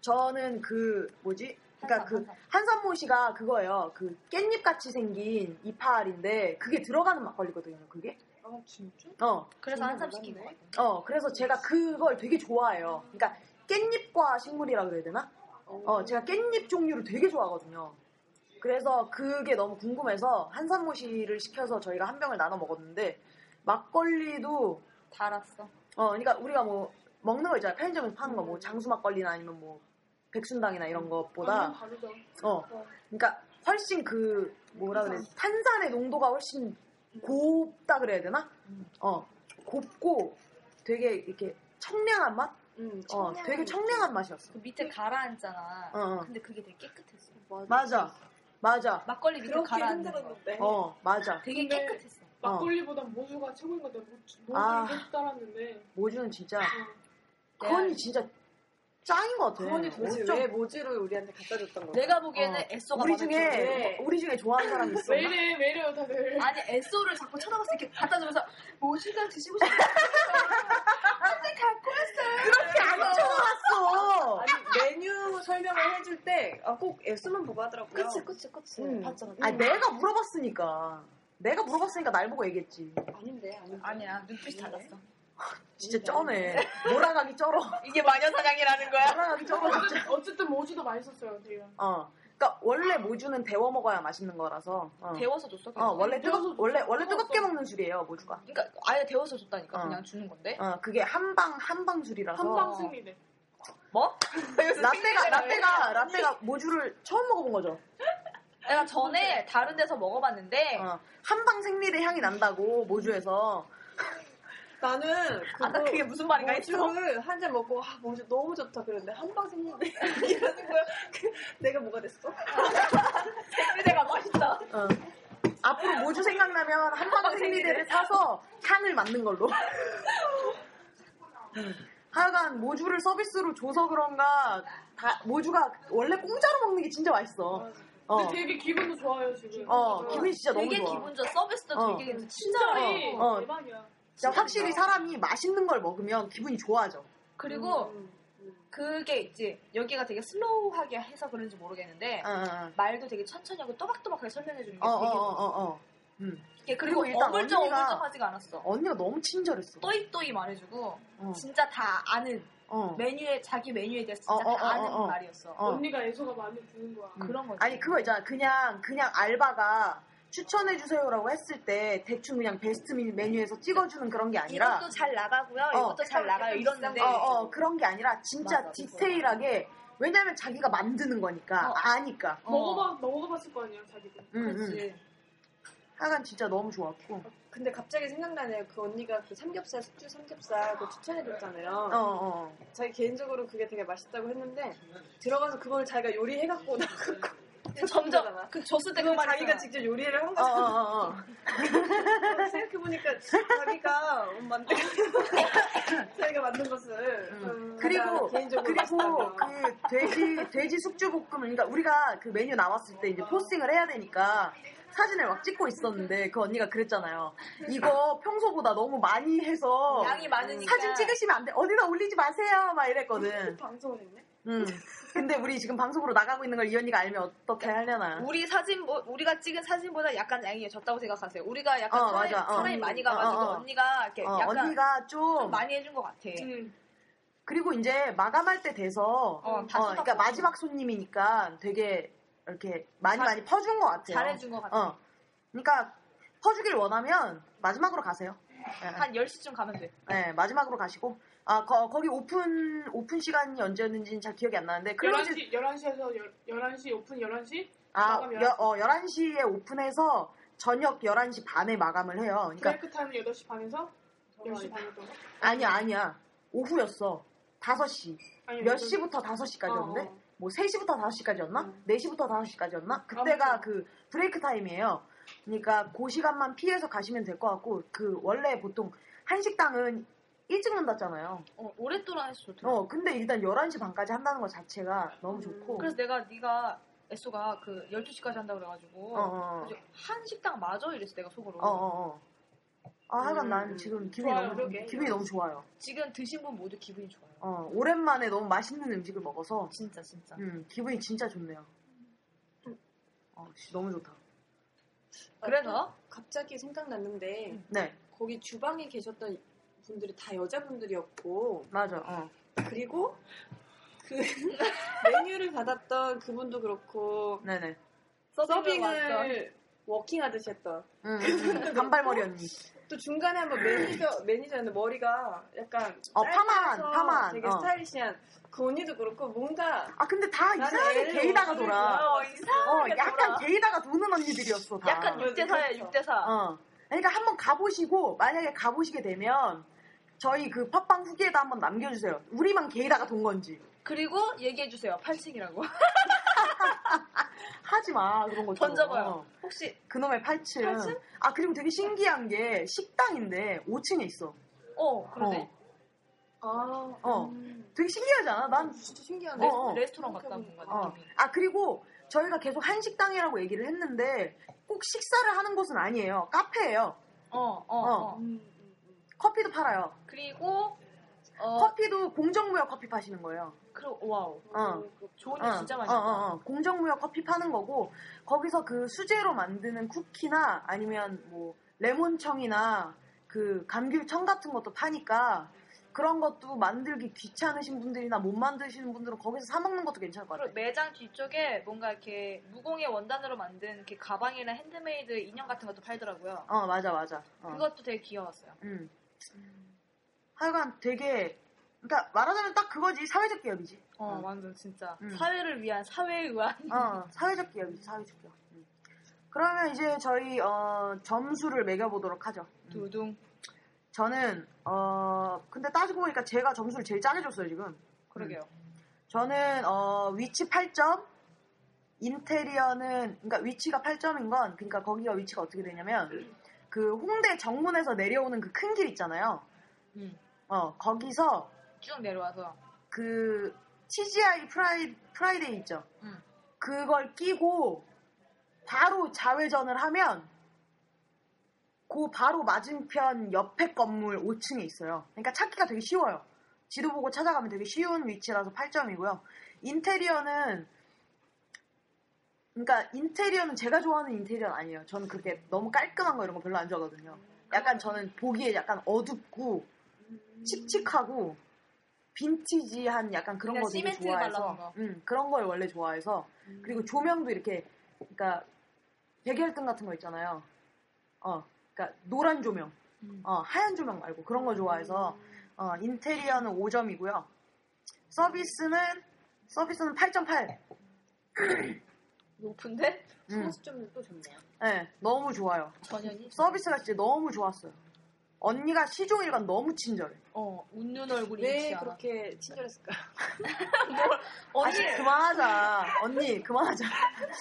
저는 그 뭐지? 그러니까 그 한산모시가 그거예요. 그 깻잎 같이 생긴 이파알인데 그게 들어가는 막걸리거든요. 그게. 어, 진짜? 어, 그래서 한참 시킨 거 같아. 어. 그래서 제가 그걸 되게 좋아해요. 그러니까 깻잎과 식물이라 그래야 되나? 어, 제가 깻잎 종류를 되게 좋아하거든요. 그래서 그게 너무 궁금해서 한산모시를 시켜서 저희가 한 병을 나눠 먹었는데 막걸리도 달았어. 어, 그러니까 우리가 뭐 먹는 거 있잖아요. 편의점에서 파는 거 뭐 장수 막걸리나 아니면 뭐 백순당이나 이런 것보다 다르다. 어, 그러니까 훨씬 그 뭐라 그래 탄산의 농도가 훨씬 곱다 그래야 되나? 어, 곱고 되게 이렇게 청량한 맛? 음, 어, 되게 청량한 맛이었어. 그 밑에 가라앉잖아. 어, 어. 근데 그게 되게 깨끗했어. 맞아, 맞아, 막걸리 밑에 그렇게 가라앉는 거. 흔들었는데. 어, 맞아. 되게 근데- 깨끗했어. 막걸리보다 모주가 최고인 건데 모주, 아. 모주를 못 따랐는데 모주는 진짜 그건이 진짜 짱인 것 같아. 그건이 도대체 어쩜 왜 모지를 우리한테 갖다 줬던 거야? 내가 보기에는 어. 에쏘가 우리 받은 기분이야. 네. 중에 뭐 왜? 우리 중에 좋아하는 사람 있어? 왜 이래 왜 이래요 다들 아니 에쏘를 자꾸 쳐다봤어 이렇게 갖다 주면서 모시가 드시고 싶어. 한잔 갖고 왔어요. 그렇게 안 쳐봤어. 아니 메뉴 설명을 해줄 아, 때꼭 S만 보고 하더라고요. 그치 그치 그치. 음. 봤잖아. 아, 내가 물어봤으니까. 내가 물어봤으니까 날 보고 얘기했지. 아닌데 아닌데. 아니야 눈빛이 달랐어. 진짜 쩌네. 몰아가기 쩔어. 이게 마녀 사냥이라는 거야? 몰아가기 쩔어. 어쨌든, 어쨌든 모주도 맛있었어요 되게 어. 그러니까 원래 모주는 데워 먹어야 맛있는 거라서. 어. 데워서 줬어. 어, 그냥. 원래 뜨겁 원래 원래 데워서. 뜨겁게 먹는 술이에요 모주가. 그러니까 아예 데워서 줬다니까 어. 그냥 주는 건데. 어, 그게 한방 한방 술이라서. 한방 승리대 뭐? 라떼가 라떼가 라떼가 모주를 처음 먹어본 거죠. 내가 전에 다른 데서 먹어봤는데 어, 한방 생리대 향이 난다고 모주에서. 나는 아까 그게 무슨 말인가 했어. 모주를 한 잔 먹고 아 모주 너무 좋다 그랬는데 한방 생긴데 이러는 거야. 그, 내가 뭐가 음, 됐어? 그때가 맛있다. 어. 앞으로 모주 생각나면 한방 생리대를 사서 향을 맡는 걸로. 음. 하여간 모주를 서비스로 줘서 그런가 다- 모주가 원래 공짜로 먹는 게 진짜 맛있어. 어, 근데 되게 기분도 좋아요 지금 어 기분이 진짜 너무 되게 좋아. 기본적 서비스도 어. 되게 괜찮- 친절이 어, 어. 대박이야 진짜 확실히 사람이 맛있는 걸 먹으면 기분이 좋아져. 그리고 음. 그게 있지. 여기가 되게 슬로우하게 해서 그런지 모르겠는데 어, 어, 말도 되게 천천히 하고 또박또박하게 설명해 주는 게 어, 어, 되게 어, 어, 어. 이게 그리고 그리고 일단 어물쩡 언니가- 어물쩡하지가 않았어. 언니가 너무 친절했어. 또이또이 말해주고 어, 진짜 다 아는 어. 메뉴에 자기 메뉴에 대해서 진짜 어, 어, 다 어, 아는 어, 어. 말이었어. 어. 언니가 애소가 많이 부는 거야 음. 그런 거지. 아니 그거 있잖아 그냥 그냥 알바가 추천해 주세요라고 했을 때 대충 그냥 베스트 미- 메뉴에서 찍어주는 그런 게 아니라 이것도 잘 나가고요. 어. 이것도 잘 나가요. 이러는데 어, 어, 그런 게 아니라 진짜 맞아, 디테일하게 왜냐면 자기가 만드는 거니까 어. 아니까 어. 먹어봐 먹어봤을 거 아니야 자기도 음, 음. 그렇지. 하여간 진짜 너무 좋았고 근데 갑자기 생각나네요. 그 언니가 그 삼겹살 숙주 삼겹살 그 추천해줬잖아요. 어, 어. 자기 개인적으로 그게 되게 맛있다고 했는데 들어가서 그걸 자기가 요리해갖고 나가고 점점 그 줬을 때그 그걸 말이 자기가 직접 요리를 한 어, 어, 거잖아. 어, 어. 생각해보니까 자기가 음, 만든 어. 자기가 만든 것을 음. 음, 그리고 나 개인적으로 그리고 맛있다고. 그 돼지 돼지 숙주볶음 그러니까 우리가 그 메뉴 나왔을 때 이제 포스팅을 해야 되니까 사진을 막 찍고 있었는데 그 언니가 그랬잖아요. 이거 평소보다 너무 많이 해서 양이 많으니까 사진 찍으시면 안 돼. 어디다 올리지 마세요. 막 이랬거든. 방송을 했네. 음. 근데 우리 지금 방송으로 나가고 있는 걸 이 언니가 알면 어떻게 하려나. 우리 사진 보- 우리가 찍은 사진보다 약간 양이 적다고 생각하세요. 우리가 약간 어, 사람이, 맞아. 어. 사람이 많이 가가지고 어, 어. 언니가 이렇게 어, 약간 언니가 좀 좀 많이 해준 것 같아. 음. 그리고 이제 마감할 때 돼서 어, 다 어, 쏟아 그러니까 마지막 손님이니까 되게 이렇게 많이 많이 퍼준 것 같아요. 잘해준 것 같아. 어. 그러니까 퍼주길 원하면 마지막으로 가세요. 예, 한 10시쯤 가면 돼. 예, 마지막으로 가시고 아 거, 기 오픈 오픈 시간이 언제였는지는 잘 기억이 안 나는데 클로즈 11시, 11시에서 열, 11시 오픈 11시 아 마감 11시. 여, 어, 11시에 오픈해서 저녁 11시 반에 마감을 해요. 그러니까 어. 브레이크 타임 8시 반에서 10시 반이었던 거? 아니야 아니야 오후였어 5시 그 아니, 몇 좀- 시부터 5시까지였는데? 어, 음. 어. 뭐 3시부터 5시까지였나? 4시부터 5시까지였나? 그때가 그 브레이크 타임이에요. 그러니까 그 시간만 피해서 가시면 될 것 같고 그 원래 보통 한식당은 일찍 문 닫잖아요. 어, 오랫동안 해서 좋더라. 어 근데 일단 11시 반까지 한다는 것 자체가 음, 너무 좋고 그래서 내가 네가 애쏘가 그 12시까지 한다고 그래가지고 어, 어, 어. 그래서 한 식당 마저 이랬어 내가 속으로. 어어어. 아, 하여간 난 음. 지금 기분이 좋아요, 너무 그러게. 기분이 너무 좋아요. 지금 드신 분 모두 기분이 좋아요. 어, 오랜만에 너무 맛있는 음식을 먹어서 진짜 진짜. 음, 기분이 진짜 좋네요. 어, 씨, 너무 좋다. 그래서 갑자기 음. 생각났는데 네, 거기 주방에 계셨던 분들이 다 여자분들이었고 맞아. 어. 그리고 그 메뉴를 받았던 그분도 그렇고 네네. 서빙을 워킹 하듯이 했던 음, 음, 단발머리 언니. 또 중간에 한번 매니저 매니저는 머리가 약간 어, 파마한, 짧아서 파마한, 되게 어. 스타일리시한 그 언니도 그렇고 뭔가 아, 근데 다 이상하게 게이다가 돌아. 어, 어, 약간 게이다가 도는 언니들이었어. 다. 약간 아, 6대4야 그렇죠. 6대4. 어. 그러니까 한번 가보시고 만약에 가보시게 되면 저희 그 팟빵 후기에다 한번 남겨주세요. 우리만 게이다가 돈 건지. 그리고 얘기해주세요. 8층이라고. 하지 마 그런 거. 있잖아. 던져봐요. 혹시 그놈의 8층. 8층? 아 그리고 되게 신기한 게 식당인데 5층에 있어. 어 그러네. 아, 어. 되게 신기하지 않아? 난 진짜 신기하네. 레, 어, 어. 레스토랑 같다 뭔가 어. 느낌이. 아 그리고 저희가 계속 한식당이라고 얘기를 했는데 꼭 식사를 하는 곳은 아니에요. 카페예요. 어어 어, 어. 어. 음, 음, 음. 커피도 팔아요. 그리고 어 커피도 공정무역 커피 파시는 거예요. 그리고 와우 어. 좋은 일 어, 진짜 어, 많이. 어, 어, 어. 공정무역 커피 파는 거고 거기서 그 수제로 만드는 쿠키나 아니면 뭐 레몬청이나 그 감귤청 같은 것도 파니까 그런 것도 만들기 귀찮으신 분들이나 못 만드시는 분들은 거기서 사 먹는 것도 괜찮을 것 그리고 같아요. 매장 뒤쪽에 뭔가 이렇게 무공의 원단으로 만든 이렇게 가방이나 핸드메이드 인형 같은 것도 팔더라고요. 어 맞아 맞아. 어. 그것도 되게 귀여웠어요. 음. 하여간 되게 그러니까 말하자면 딱 그거지 사회적 기업이지. 어, 음. 완전 진짜 음. 사회를 위한 사회에 의한 어, 사회적 기업이지 사회적 기업. 음. 그러면 이제 저희 어, 점수를 매겨보도록 하죠. 음. 두둥. 저는 어 근데 따지고 보니까 제가 점수를 제일 짜게 줬어요 지금. 그러게요. 음. 저는 어 위치 8점, 인테리어는 그러니까 위치가 8점인 건 그러니까 거기가 위치가 어떻게 되냐면 그 홍대 정문에서 내려오는 그 큰 길 있잖아요. 음. 어 거기서 쭉 내려와서 그 TGI 프라이 프라이데이 있죠. 음. 그걸 끼고 바로 좌회전을 하면 그 바로 맞은편 옆에 건물 5층에 있어요. 그러니까 찾기가 되게 쉬워요. 지도 보고 찾아가면 되게 쉬운 위치라서 8점이고요. 인테리어는 그러니까 인테리어는 제가 좋아하는 인테리어는 아니에요. 저는 그렇게 너무 깔끔한 거 이런 거 별로 안 좋아하거든요. 약간 저는 보기에 약간 어둡고 칙칙하고 빈티지한 약간 그런 그냥 거 되게 그러니까 시멘트 발라놓은 거. 음. 좋아해서 음, 그런 걸 원래 좋아해서 그리고 조명도 이렇게 그러니까 백열등 같은 거 있잖아요. 어, 그러니까 노란 조명, 음. 어, 하얀 조명 말고 그런 거 좋아해서 어, 인테리어는 5점이고요. 서비스는 서비스는 8.8. 높은데 음, 점또 좋네요. 네, 너무 좋아요. 전현이 서비스가 진짜 너무 좋았어요. 언니가 시종일관 너무 친절해. 어 웃는 얼굴이 네, 왜 있지 않아. 그렇게 친절했을까? 언니 아니, 그만하자. 언니, 그만하자.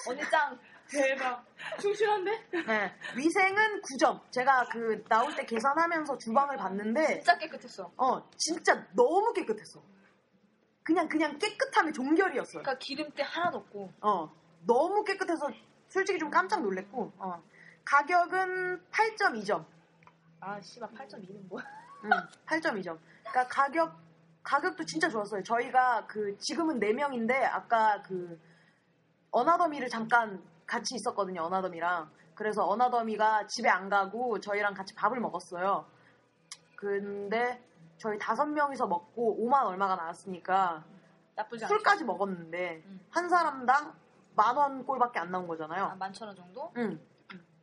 언니 짱 대박. 충실한데? 네, 위생은 9점. 제가 그 나올 때 계산하면서 주방을 봤는데 진짜 깨끗했어. 어, 진짜 너무 깨끗했어. 그냥, 그냥 깨끗함의 종결이었어요. 그러니까 기름때 하나도 없고 어, 너무 깨끗해서 솔직히 좀 깜짝 놀랬고, 어. 가격은 8.2점. 아 씨발 8.2는 뭐야? 음, 8.2점. 그러니까 가격, 가격도 진짜 좋았어요. 저희가 그, 지금은 4명인데, 아까 그, 어나더미를 잠깐 같이 있었거든요, 어나더미랑. 그래서 어나더미가 집에 안 가고 저희랑 같이 밥을 먹었어요. 근데 저희 다섯 명이서 먹고 5만 얼마가 나왔으니까 나쁘지 않아. 술까지 먹었는데 음. 한 사람당 만 원 꼴밖에 안 나온 아, 거잖아요. 만천 원 정도? 응.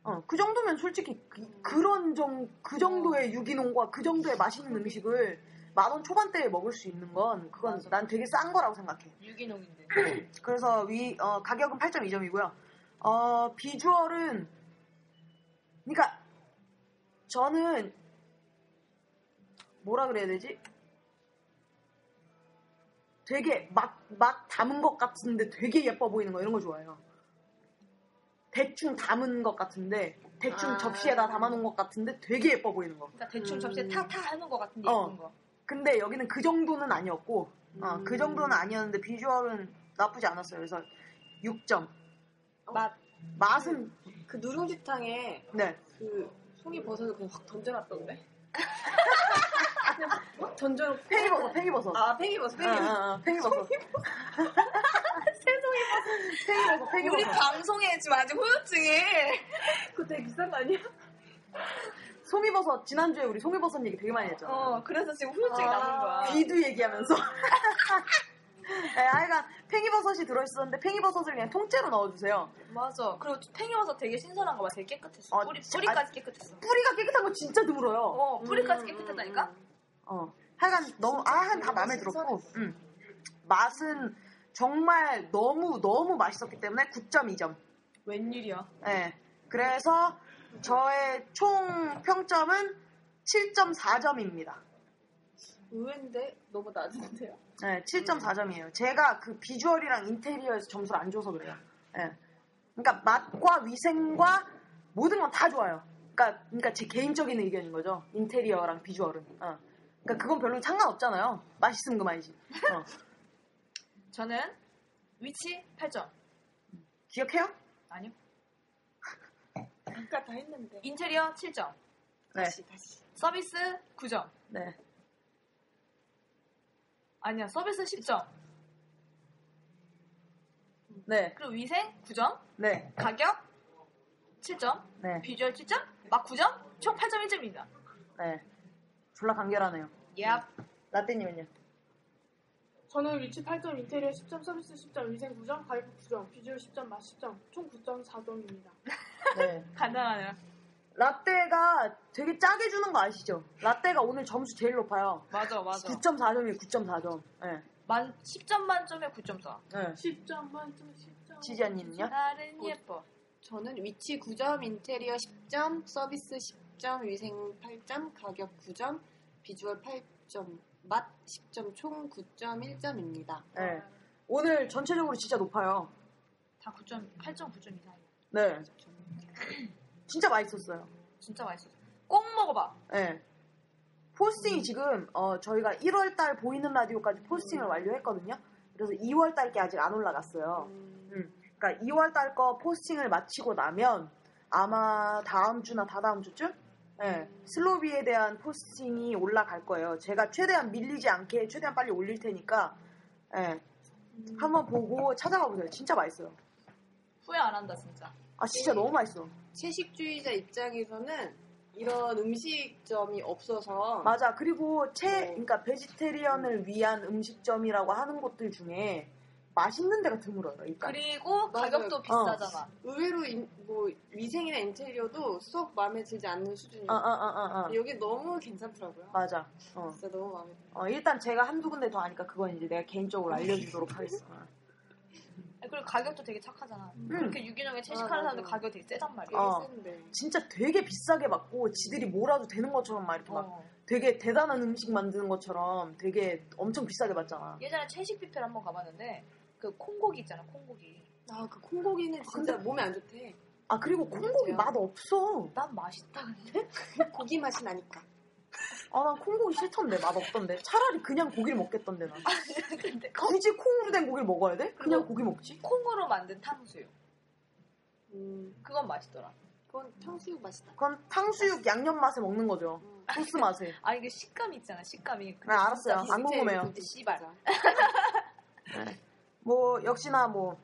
어, 그 정도면 솔직히 그, 런 정, 그 음. 정도의 유기농과 그 정도의 맛있는 음식을 만 원 초반대에 먹을 수 있는 건 그건 맞아. 난 되게 싼 거라고 생각해. 유기농인데. 그러니까 그래서 위, 어, 가격은 8.2점이고요. 어, 비주얼은, 그러니까 저는 뭐라 그래야 되지? 되게 막, 막 담은 것 같은데 되게 예뻐 보이는 거 이런 거 좋아해요. 대충 담은 것 같은데 대충 아. 접시에다 담아놓은 것 같은데 되게 예뻐 보이는 거. 그러니까 대충 음. 접시에 타타 하는 것 같은데 어. 예쁜 거. 근데 여기는 그 정도는 아니었고 어, 그 음. 정도는 아니었는데 비주얼은 나쁘지 않았어요. 그래서 6점. 맛. 맛은 그 누룽지탕에 네. 그 송이 버섯을 그냥 확 던져놨던데. 그냥 확 던져놓고. 팽이버섯, 팽이버섯. 아, 아, 팽이버섯, 팽이버섯. 아, 아, 팽이버섯. 팽이버섯, 우리 팽이버섯. 방송에 지금 아직 후유증이. 그거 되게 비싼 거 아니야? 송이버섯, 지난주에 우리 송이버섯 얘기 되게 많이 했잖아. 어, 그래서 지금 후유증이 나는 거야. 귀도 얘기하면서. 네, 하여간 팽이버섯이 들어있었는데 팽이버섯을 그냥 통째로 넣어주세요. 맞아. 그리고 팽이버섯 되게 신선한 거 봐. 되게 깨끗했어. 아, 뿌리, 진짜? 뿌리까지 깨끗했어. 뿌리가 깨끗한 거 진짜 드물어요. 어, 뿌리까지 깨끗하다니까? 어. 하여간 너무 아한 다 마음에 들었고 음. 맛은 정말 너무 너무 맛있었기 때문에 9.2점. 웬일이야. 네. 그래서 저의 총 평점은 7.4점입니다. 의외인데 너무 낮은데요? 네, 7.4점이에요. 제가 그 비주얼이랑 인테리어에서 점수를 안 줘서 그래요. 예. 그러니까 맛과 위생과 모든 건 다 좋아요. 그러니까, 그러니까 제 개인적인 의견인 거죠. 인테리어랑 비주얼은. 어. 그러니까 그건 별로 상관없잖아요. 맛있으면 그만이지. 어. 저는 위치 8점. 기억해요? 아니요. 아까 다 했는데. 인테리어 7점. 네. 다시, 다시. 서비스 9점. 네. 아니야, 서비스 10점. 네. 그리고 위생 9점. 네. 가격 7점. 네. 비주얼 7점. 막 9점. 총 8.1점입니다. 네. 졸라 간결하네요. 얍. 라떼님은요? 저는 위치 8점, 인테리어 10점, 서비스 10점, 위생 9점, 가격 9점, 비주얼 10점, 맛 10점, 총 9.4점입니다. 네. 간단하네요. 라떼가 되게 짜게 주는 거 아시죠? 라떼가 오늘 점수 제일 높아요. 맞아, 맞아. 9.4점이에요, 9.4점. 네. 만, 10점 만점에 9.4. 네. 10점 만점 10점. 지지아님은요? 나는 예뻐. 저는 위치 9점, 인테리어 10점, 서비스 10점, 위생 8점, 가격 9점, 비주얼 8점, 맛 10점, 총 9.1점입니다. 네. 오늘 전체적으로 진짜 높아요. 다 9점, 8점, 9점 이상이야. 네. 진짜 맛있었어요. 진짜 맛있어. 꼭 먹어봐. 네. 포스팅이 지금 어, 저희가 1월 달 보이는 라디오까지 포스팅을 완료했거든요. 그래서 2월 달게 아직 안 올라갔어요. 음. 그러니까 2월 달 거 포스팅을 마치고 나면 아마 다음 주나 다다음 주쯤 네. 슬로비에 대한 포스팅이 올라갈 거예요. 제가 최대한 밀리지 않게 최대한 빨리 올릴 테니까 네. 한번 보고 찾아가 보세요. 진짜 맛있어요. 후회 안 한다, 진짜. 아 진짜 너무 맛있어. 채식주의자 입장에서는 이런 음식점이 없어서 맞아. 그리고 채, 어. 네. 그러니까 베지테리언을 위한 음식점이라고 하는 곳들 중에 맛있는 데가 드물어요. 일단. 그리고 맞아요. 어. 가격도 비싸잖아. 의외로 인- 뭐 위생이나 인테리어도 쏙 마음에 들지 않는 수준이에요. 어, 어, 어, 어, 어. 여기 너무 괜찮더라고요. 맞아. 어. 진짜 너무 마음에 들어요. 어, 일단 제가 한두 군데 더 아니까 그건 이제 내가 개인적으로 알려주도록 하겠습니다. 그리고 가격도 되게 착하잖아. 그렇게 유기농에 채식하는 아, 맞아. 사람들 가격 되게 세단 되게 말이야. 음. 어. 센데. 진짜 되게 비싸게 받고 지들이 뭐라도 되는 것처럼 막 이렇게 막 어. 되게 대단한 음식 만드는 것처럼 되게 엄청 비싸게 받잖아. 예전에 채식 뷔페를 한번 가봤는데 그 콩고기 있잖아, 콩고기. 아, 그 콩고기는 진짜 몸에 안 좋대. 아, 음, 그리고 콩고기 맞아요. 맛 없어. 난 맛있다 근데 고기 맛이 나니까. 아, 난 콩고기 싫던데. 맛 없던데. 차라리 그냥 고기를 먹겠던데, 난. 근데 뭐. 굳이 콩으로 된 고기를 먹어야 돼? 그냥 고기 먹지? 콩으로 만든 탕수육 음, 그건 맛있더라 그건 탕수육 맛이다. 음. 그건 탕수육 양념 맛에 먹는 거죠. 소스 맛에. 아 이게 식감이 있잖아 식감이 네, 알았어요. 안 궁금해요. 근데 씨발. 뭐 역시나 뭐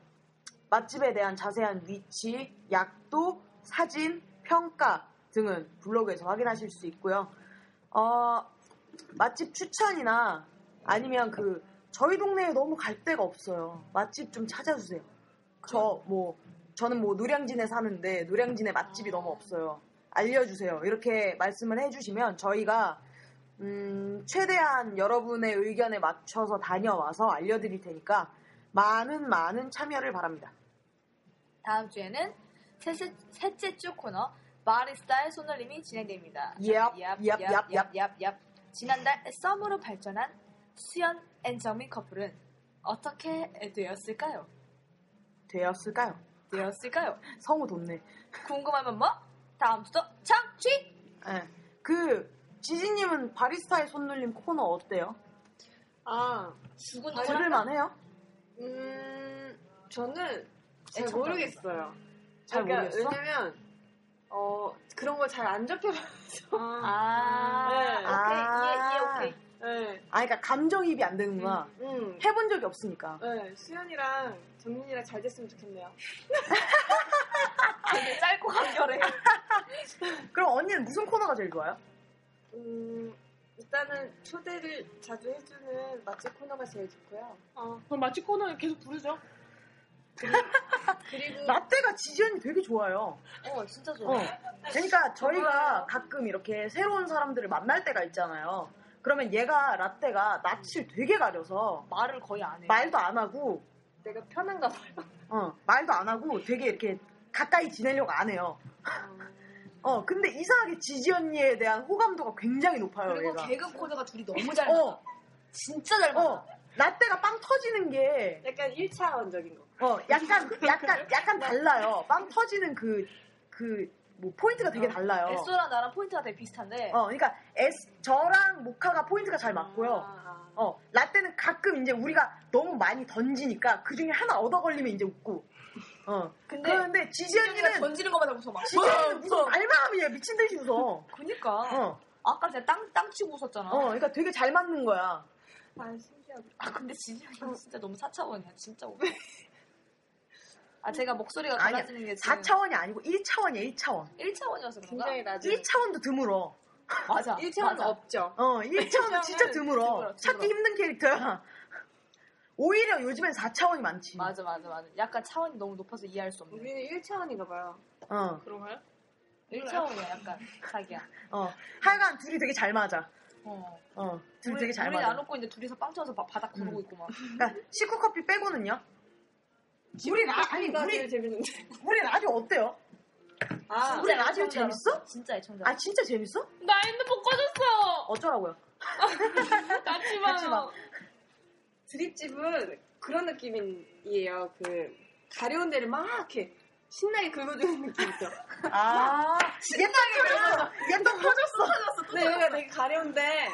맛집에 대한 자세한 위치, 약도, 사진, 평가 등은 블로그에서 확인하실 수 있고요. 어, 맛집 추천이나 아니면 그 저희 동네에 너무 갈 데가 없어요. 맛집 좀 찾아주세요. 저 뭐 저는 뭐 노량진에 사는데 노량진에 맛집이 너무 없어요. 알려주세요. 이렇게 말씀을 해주시면 저희가 음, 최대한 여러분의 의견에 맞춰서 다녀와서 알려드릴 테니까 많은 많은 참여를 바랍니다. 다음 주에는 셋째, 셋째 주 코너 바리스타의 손놀림이 진행됩니다 Yep, 얍, yep, 얍, yep, 얍, 얍, 얍. 지난달 썸으로 발전한 수연 앤정민 커플은 어떻게 되었을까요? 되었을까요? 되었을까요? 성우 돋네. 궁금하면 뭐? 다음 주도 청취! 예. 그 지지님은 바리스타의 손놀림 코너 어때요? 아, 죽은 들을만 해요? 음, 저는 잘 애청자. 모르겠어요. 잘 그러니까 모르겠어? 왜냐면, 어, 그런 걸 잘 안 접해봐서. 아, 네. 음, 아. 오케이. 예, 예, 오케이. 네. 아, 그러니까 감정이입이 안 되는구나. 음. 해본 적이 없으니까. 네, 수연이랑 정민이랑 잘 됐으면 좋겠네요. 아, 되게 짧고 간결해. 그럼 언니는 무슨 코너가 제일 좋아요? 음, 일단은 초대를 자주 해주는 맛집 코너가 제일 좋고요. 아, 그럼 맛집 코너에 계속 부르죠. 음. 그리고 라떼가 지지 언니 되게 좋아요. 어, 진짜 어. 좋아. 그러니까 저희가 가끔 이렇게 새로운 사람들을 만날 때가 있잖아요. 그러면 얘가 라떼가 낯을 되게 가려서 말을 거의 안 해. 말도 안 하고, 내가 편한가 봐요. 어, 말도 안 하고 되게 이렇게 가까이 지내려고 안 해요. 음. 어, 근데 이상하게 지지 언니에 대한 호감도가 굉장히 높아요. 그리고 얘가. 개그 코드가 둘이 너무 잘 맞아. 어, 어. 진짜 잘 맞아. 어, 라떼가 빵 터지는 게 약간 1차원적인 거. 어, 약간, 약간, 약간 달라요. 빵 터지는 그, 그, 뭐, 포인트가 되게 달라요. 어, 에쏘랑 나랑 포인트가 되게 비슷한데 어, 그러니까, 에스, 저랑 모카가 포인트가 잘 맞고요. 아, 아. 어, 라떼는 가끔 이제 우리가 너무 많이 던지니까 그 중에 하나 얻어 걸리면 이제 웃고. 어. 근데 그런데 지지 지연이가 언니는, 던지는 것마다 웃어 막. 지지 언니는 무슨 말마음이야. 미친 듯이 웃어. 그니까 어, 아까 제가 땅, 땅 치고 웃었잖아. 어, 그러니까 되게 잘 맞는 거야. 아, 신기하다. 아 근데 지연이는 진짜 너무 4차원이야. 진짜 웃겨. 아 제가 목소리가 아니야. 달라지는 게 지금 4차원이 아니고 1차원이야, 1차원. 1차원이어서 그런가? 굉장히 낮은. 1차원도 드물어. 맞아. 1차원은 맞아. 없죠. 어, 1차원은 진짜 드물어. 드물어, 드물어. 찾기 힘든 캐릭터야. 오히려 요즘엔 4차원이 많지. 맞아 맞아 맞아. 약간 차원이 너무 높아서 이해할 수 없는. 우리는 1차원인가 봐요. 어, 그런가요? 1차원이야 약간 자기야. 어. 하여간 둘이 되게 잘 맞아. 어. 어, 둘이 우리- 되게 잘 우리 맞아. 안 웃고 이제 둘이서 빵 쳐서 바- 바닥 구르고 있고 막. 그러니까 시크커피 빼고는요? 우리 라, 아니, 우리가 우리, 제일 재밌는데. 우리 라디오 어때요? 아, 우리 라디오 재밌어? 진짜 애청자. 아, 진짜 재밌어? 나 핸드폰 꺼졌어! 어쩌라고요? 낮지 낮지 마. 마요. 드립집은 그런 느낌이에요. 그 가려운 데를 막 이렇게 신나게 긁어주는 느낌 있죠. 아, 옛날 터졌어. 옛날 터졌어. 네, 근데 네, 여기가 되게 가려운데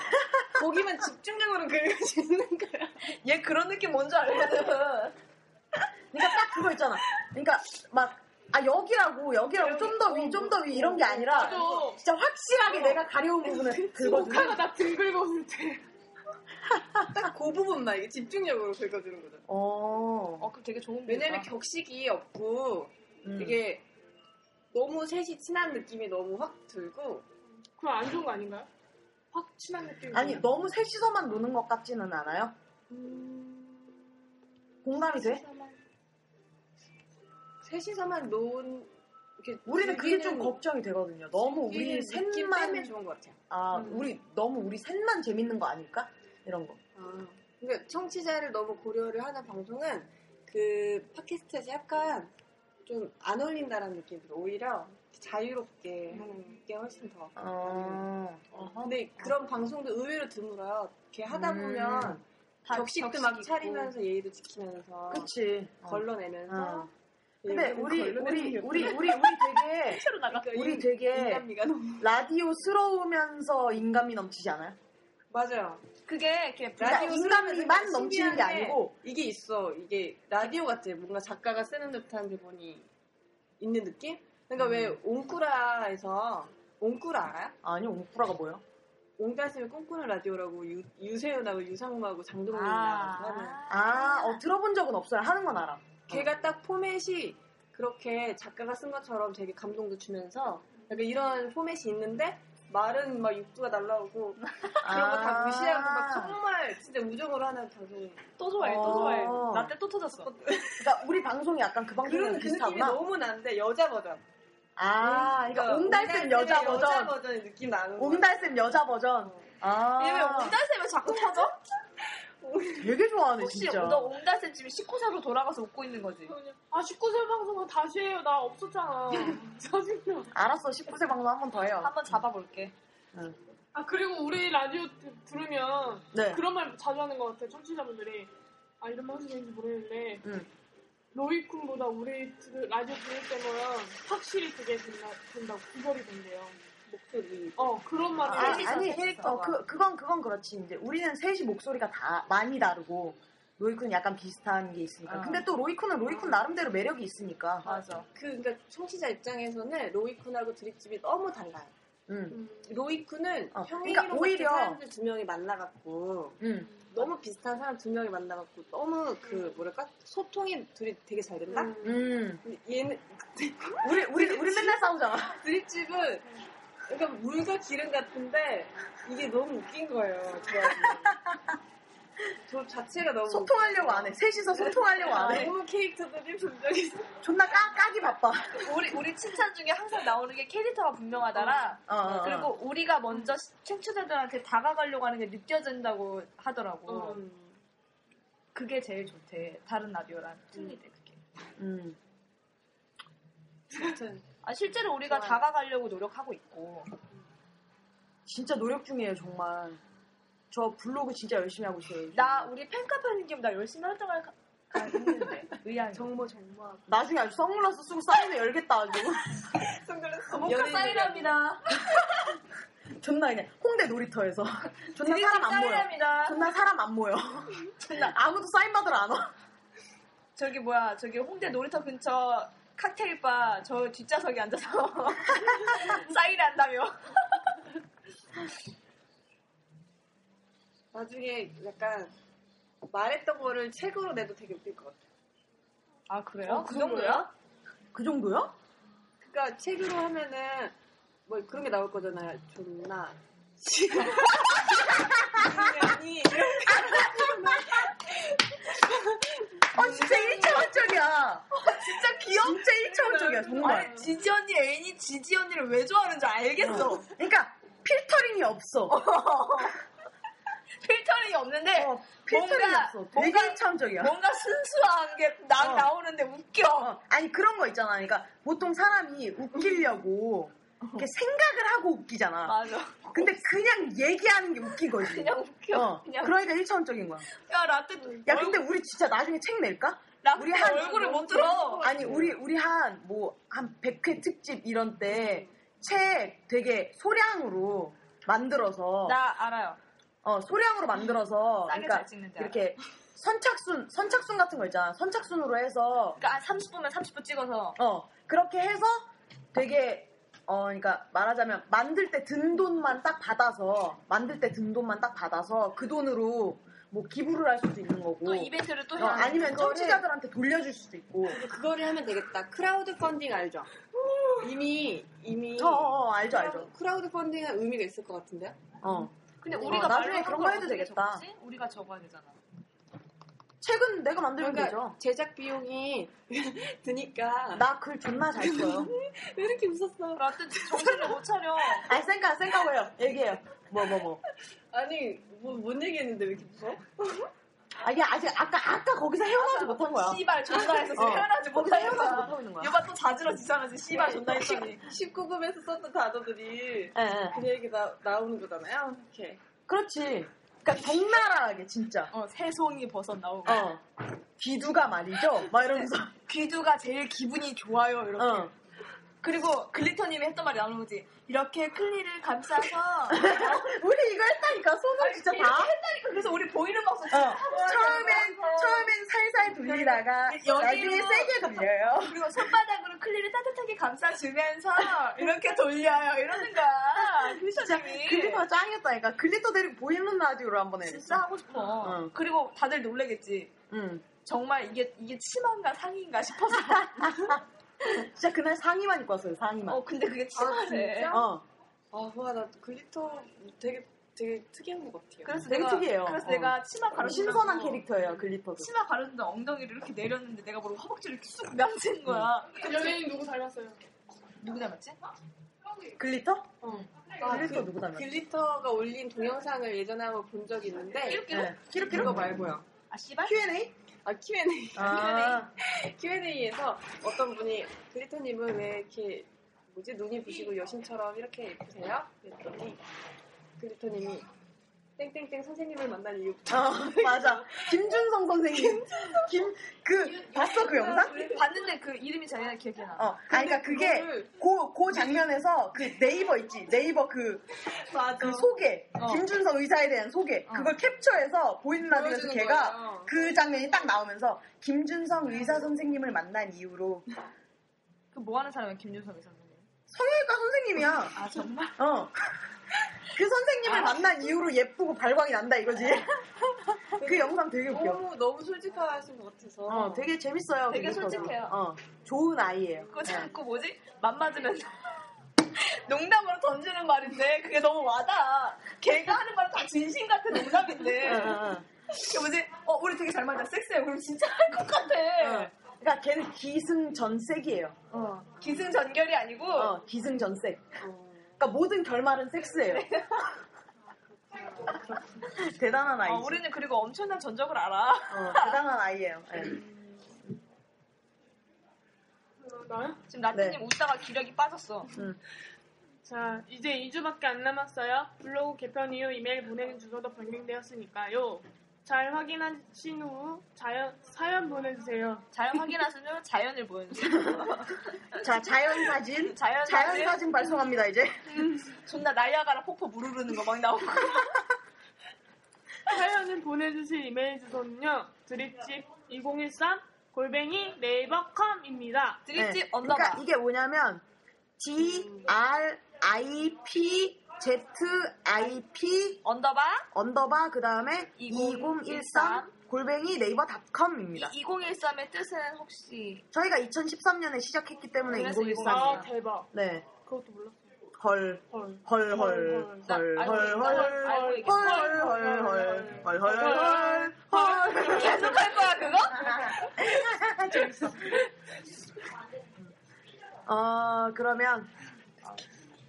고기만 집중적으로 긁어주는 거야. 얘 그런 느낌 뭔지 알거든. 그러니까 딱 그거 있잖아. 그러니까 막, 아, 여기라고, 여기라고, 좀 더 위, 좀 더 위, 이런 게 아니라, 나도 진짜 확실하게 내가 가려운 부분을 긁어주는 모카가 나 등 긁어줄 때. 딱 그 부분만 이게 집중적으로 긁어주는 거죠. 어. 어, 그 되게 좋은 왜냐면 분이다. 격식이 없고 음. 이게 너무 셋이 친한 느낌이 너무 확 들고 그거 안 좋은 거 아닌가요? 확 친한 느낌. 아니 너무 셋이서만 노는 것 같지는 않아요? 공감이 돼? 셋이서만 놓은 이렇게 우리는 그게 좀 즐기는- 걱정이 되거든요. 너무 우리 즐기는 느낌 때문에 음. 셋만 좋은 것 같아요. 아 우리 너무 우리 셋만 재밌는 거 아닐까? 이런 거. 아, 그러니까 청취자를 너무 고려를 하는 방송은 그 팟캐스트에서 약간 좀 안 어울린다라는 느낌이 들어요. 오히려 자유롭게 하는 게 훨씬 더. 음. 어. 근데 그런 방송도 의외로 드물어요. 이렇게 하다 음. 보면 다 격식도 격식 막 있고. 차리면서 예의도 지키면서 그치. 걸러내면서. 어. 근데 예의를 우리 우리 우리 우리 걸러내는 우리 되게 새로 나가. 그러니까 우리 인- 되게 인간미가 너무 라디오스러우면서 인간미 넘치지 않아요? 맞아요. 그게 이렇게 그러니까 라디오 인간미만 쓰면은 넘치는 게 신기한데 아니고 이게 있어. 이게 라디오 같아. 뭔가 작가가 쓰는 듯한 대본이 있는 느낌? 그러니까 왜 음. 옹꾸라에서 옹꾸라 알아요? 아니 옹프라가 뭐예요? 옹달샘의 꿈꾸는 라디오라고 유, 유세윤하고 유상무하고 장동민이 아. 나오는 거 아, 어, 들어본 적은 없어요. 하는 건 알아. 어. 걔가 딱 포맷이 그렇게 작가가 쓴 것처럼 되게 감동도 주면서 약간 이런 포맷이 있는데 말은 막 육두가 날라오고 그런 거 아. 다 무시하고 막 정말 진짜 우정으로 하는 방송이 또 좋아해, 또 어. 좋아해. 라떼 또 터졌어. 그러니까 우리 방송이 약간 그 방송이랑 그런 그 느낌이 비슷하구나. 너무 나는데 여자 버전 아, 그러니까 옹달샘 여자 버전. 의 느낌 나는 거야 옹달샘 여자 버전. 아, 얘왜 옹달샘을 자꾸 터져? 되게 좋아하네 혹시 진짜. 너 옹달샘 지금 19살로 돌아가서 웃고 있는 거지? 아, 19세 방송은 다시 해요. 나 없었잖아. 짜증나. 알았어, 19세 방송 한 번 더 해요. 한번 잡아볼게. 아, 그리고 우리 라디오 드- 들으면 네. 그런 말 자주 하는 것 같아요. 청취자분들이. 알던만 선생님인지 모르겠는데 응. 로이쿤보다 우리 들- 라디오 들을 때면 확실히 그게 된다, 된다고 구별이 된대요. 목소리. 어 그런 말을 아, 해서- 아니, 캐릭터가. 어, 그, 그건, 그건 그렇지. 이제 우리는 셋이 목소리가 다 많이 다르고, 로이쿤 약간 비슷한 게 있으니까. 아. 근데 또 로이쿤은 로이쿤 나름대로 매력이 있으니까. 맞아. 그, 그니까, 청취자 입장에서는 로이쿤하고 드립집이 너무 달라요. 응, 음, 로이쿤은 어, 평행 그러니까 이론 같은 오히려- 사람들 두 명이 만나갖고, 응. 너무 비슷한 사람 두 명이 만나갖고, 너무 그, 뭐랄까, 소통이 둘이 되게 잘 된다? 음. 근데 얘는, 우리, 우리, 우리 맨날 싸우잖아. 드립집은, 그러니까 물과 기름 같은데, 이게 너무 웃긴 거예요. 조합이. 조 자체가 어. 너무. 소통하려고 안 해. 셋이서 소통하려고 안 해. 너무 캐릭터들이 분명히 아. 존나 까, 까기 바빠. 그 우리 우리 칭찬 중에 항상 나오는 게 캐릭터가 분명하다라. 어, 어, 어. 그리고 우리가 먼저 시- 청취자들한테 다가가려고 하는 게 느껴진다고 하더라고. 음. 그게 제일 좋대. 다른 라디오랑 틀리대 그게. 음. 아무튼 아, 실제로 우리가 좋아요. 다가가려고 노력하고 있고. 진짜 노력 중이에요, 정말. 저 블로그 진짜 열심히 하고 있어요. 요즘. 나 우리 팬카페 하는 게나 열심히 활동할 가- 가- 했는데 의향이. 정모 정모하고 나중에 아주 선글라스 쓰고 사인회 열겠다, 아주. 선글라스 모카 사인합니다. 존나 그냥 홍대 놀이터에서. 존나 드림팀 사람 안 모여. 사인합니다. 존나 사람 안 모여. 존나 아무도 사인 받으러 안 와. 저기 뭐야 저기 네. 홍대 놀이터 근처 칵테일바 저 뒷좌석에 앉아서 사인한다며. 나중에 약간 말했던 거를 책으로 내도 되게 웃길 것 같아. 아 그래요? 어, 그 그 정도야? 그 정도야? 그러니까 책으로 하면은 뭐 그런 게 나올 거잖아요. 존나 분명히 아 진짜 1차원적이야. 아, 진짜 귀엽제 1차원적이야 정말. 아니 지지 언니 애인이 지지 언니를 왜 좋아하는지 알겠어. 어. 그러니까 필터링이 없어. 필터링이 없는데 어, 필터링이 뭔가- 없어. 되게 뭔가- 1차원적이야. 뭔가 순수한 게 나 어. 나오는데 웃겨. 아니 그런 거 있잖아. 그러니까 보통 사람이 웃기려고 이렇게 생각을 하고 웃기잖아. 맞아. 근데 그냥 얘기하는 게 웃긴 거지. 그냥 웃겨. 어, 그냥 그러니까 1차원적인 거야. 야 라떼. 야 근데 우리 진짜 나중에 책 낼까? 라떼 우리 한- 얼굴을 못 들어. 아니 우리 우리 한 뭐 한 100회 특집 이런 때 책 되게 소량으로 만들어서 나 알아요. 어, 소량으로 만들어서 싸게 그러니까 잘 찍는데. 알아요. 이렇게 선착순 선착순 같은 거 있잖아. 선착순으로 해서 그러니까 한 30분면 30분 찍어서 어, 그렇게 해서 되게 어 그러니까 말하자면 만들 때 든 돈만 딱 받아서 만들 때 든 돈만 딱 받아서 그 돈으로 뭐 기부를 할 수도 있는 거고 또 이벤트를 또 어, 해요. 아니면 그거를- 청취자들한테 돌려줄 수도 있고 그거를 하면 되겠다. 크라우드 펀딩 알죠? 이미 이미 어, 어, 어, 알죠 알죠 크라우드 펀딩은 의미가 있을 것 같은데요? 어 근데 어, 우리가 나중에 말로 그런 거 한걸 해도 어떻게 되겠다. 적지? 우리가 적어야 되잖아. 책은 내가 만들면 그러니까 되죠 제작 비용이 드니까 나 글 존나 잘 써요 왜 이렇게 웃었어? 라떼 정신을 못 차려. 아니 생각 생각해요 얘기해요 뭐 뭐, 뭐. 아니 뭐, 뭔 얘기했는데 왜 이렇게 무서워? 아, 이게 아직 아까 아까 거기서 헤어나지 못한 거야. 씨발 존나해서 지금 어. 헤어나지 거기서 못하겠어. 헤어나지 뭐 못하고 있는 거야. 요가 또 자지러지면서 씨발 존나 했더니 19금에서 썼던 단어들이 네, 예, 예. 그 얘기 나, 나오는 거잖아요. 이렇게. 그렇지. 그러니까 적나라하게 진짜. 어 새송이 버섯 나오고 어. 귀두가 말이죠. 막 이러면서. 귀두가 제일 기분이 좋아요 이렇게 어. 그리고 글리터님이 했던 말이 나오는 거지 이렇게 클리를 감싸서 우리 이거 했다니까 손을 진짜 이렇게 다. 했다니까 그래서 우리 보이는 방송 진짜 어. 처음엔 처음엔 살살 돌리다가 여기로. 아, 나중에 세게 돌려요. 그리고 손바닥으로 클리를 따뜻하게 감싸주면서 이렇게 돌려요 이러는 거야 글리터님이 글리터가 짱이었다니까. 글리터 데리고 보이는 라디오로 한번 해. 진짜 하고 싶어 어. 그리고 다들 놀래겠지 응. 정말 이게 이게 치마인가 상의인가 싶어서 진짜 그날 상의만 입고 왔어요. 상의만. 어 근데 그게 치마래 진짜? 어. 아, 와, 나 글리터 되게 되게 특이한 것 같아요. 그래서 되게 내가 특이해요. 그래서 어. 내가 치마 가르 신선한 캐릭터예요. 글리터도. 치마 가르는데 엉덩이를 이렇게 내렸는데 내가 모르고 허벅지를 이렇게 쑥 남친 거야. 연예인 누구 닮았어요? 누구 닮았지? 글리터? 아, 어. 아, 그 글리터 누구 닮았지? 글리터가 올린 동영상을 예전에 한번 본 적이 있는데 끼룩끼룩? 네. 끼룩끼룩? 그거 말고요. 아 씨발? Q&A? 아 Q&A 아, Q&A에서 어떤 분이 글리터님은 왜 이렇게 뭐지 눈이 부시고 여신처럼 이렇게 예쁘세요? 그랬더니 글리터님이 땡땡땡 선생님을 만난 이유부터 아, 맞아. 김준성 선생님. 김, 그, 봤어, 그 영상? 봤는데 그 이름이 자기가 기억이 나. 어. 아니, 그니까 그게, 고, 고 장면에서 그 네이버 있지. 네이버 그, 그 소개. 김준성 의사에 대한 소개. 그걸 capture해서 보이는 라디오에서 보여주는 걔가 거예요. 그 장면이 딱 나오면서 김준성 의사 선생님을 만난 이후로 그 뭐 하는 사람이야 김준성 의사님? 성형외과 선생님이야. 아 정말? 어. 그 선생님을 만난 이후로 예쁘고 발광이 난다 이거지. 그 영상 되게 웃겨. 너무 너무 솔직하신 것 같아서 어, 되게 재밌어요. 되게 그래서. 솔직해요. 어, 좋은 아이예요. 어, 그거 네. 자꾸 뭐지? 맘 맞으면 농담으로 던지는 말인데 그게 너무 와닿아. 걔가 하는 말은 다 진심 같은 어, 농담인데. 그게 뭐지? 어 우리 되게 잘 맞아. 섹스해. 그럼 진짜 할 것 같아. 그러니까 걔는 기승전색이에요. 어. 기승전결이 아니고 어, 기승전색. 그러니까 모든 결말은 섹스예요. 대단한 어, 아이지. 우리는 그리고 엄청난 전적을 알아. 어, 대단한 아이예요. 네. 나요? 지금 라떼님 네. 웃다가 기력이 빠졌어. 자, 이제 2주밖에 안 남았어요. 블로그 개편 이후 이메일 보내는 주소도 변경되었으니까요. 잘 확인하신 후 자연, 사연 보내주세요. 자연 확인하시면 자연을 보여주세요. 자, 자연 사진. 자연 자연 사진? 사진 발송합니다, 이제. 존나 나이아가라 폭포 무르르는 거 막 나오고. 네. 사연을 보내주실 이메일 주소는요. 드립집 2013 골뱅이 네이버 컴입니다. 드립집 네. 언더바. 그러니까 이게 뭐냐면 D R I P Z I P 언더바 언더바 그 다음에 2013 2013 골뱅이 이 네이버닷컴입니다. 2013의 뜻은 혹시 저희가 2013년에 시작했기 때문에 그래서 2013. 아, 감사합니다. 대박. 네. 그것도 몰랐어요. 헐. 헐. 헐, 헐, 헐, 나 헐, 헐, 알고 헐, 있어. 알고 있어. 헐, 헐, 헐, 헐, 헐, 헐, 헐, 헐. 계속할 거야 그거? 재밌어. 어, 그러면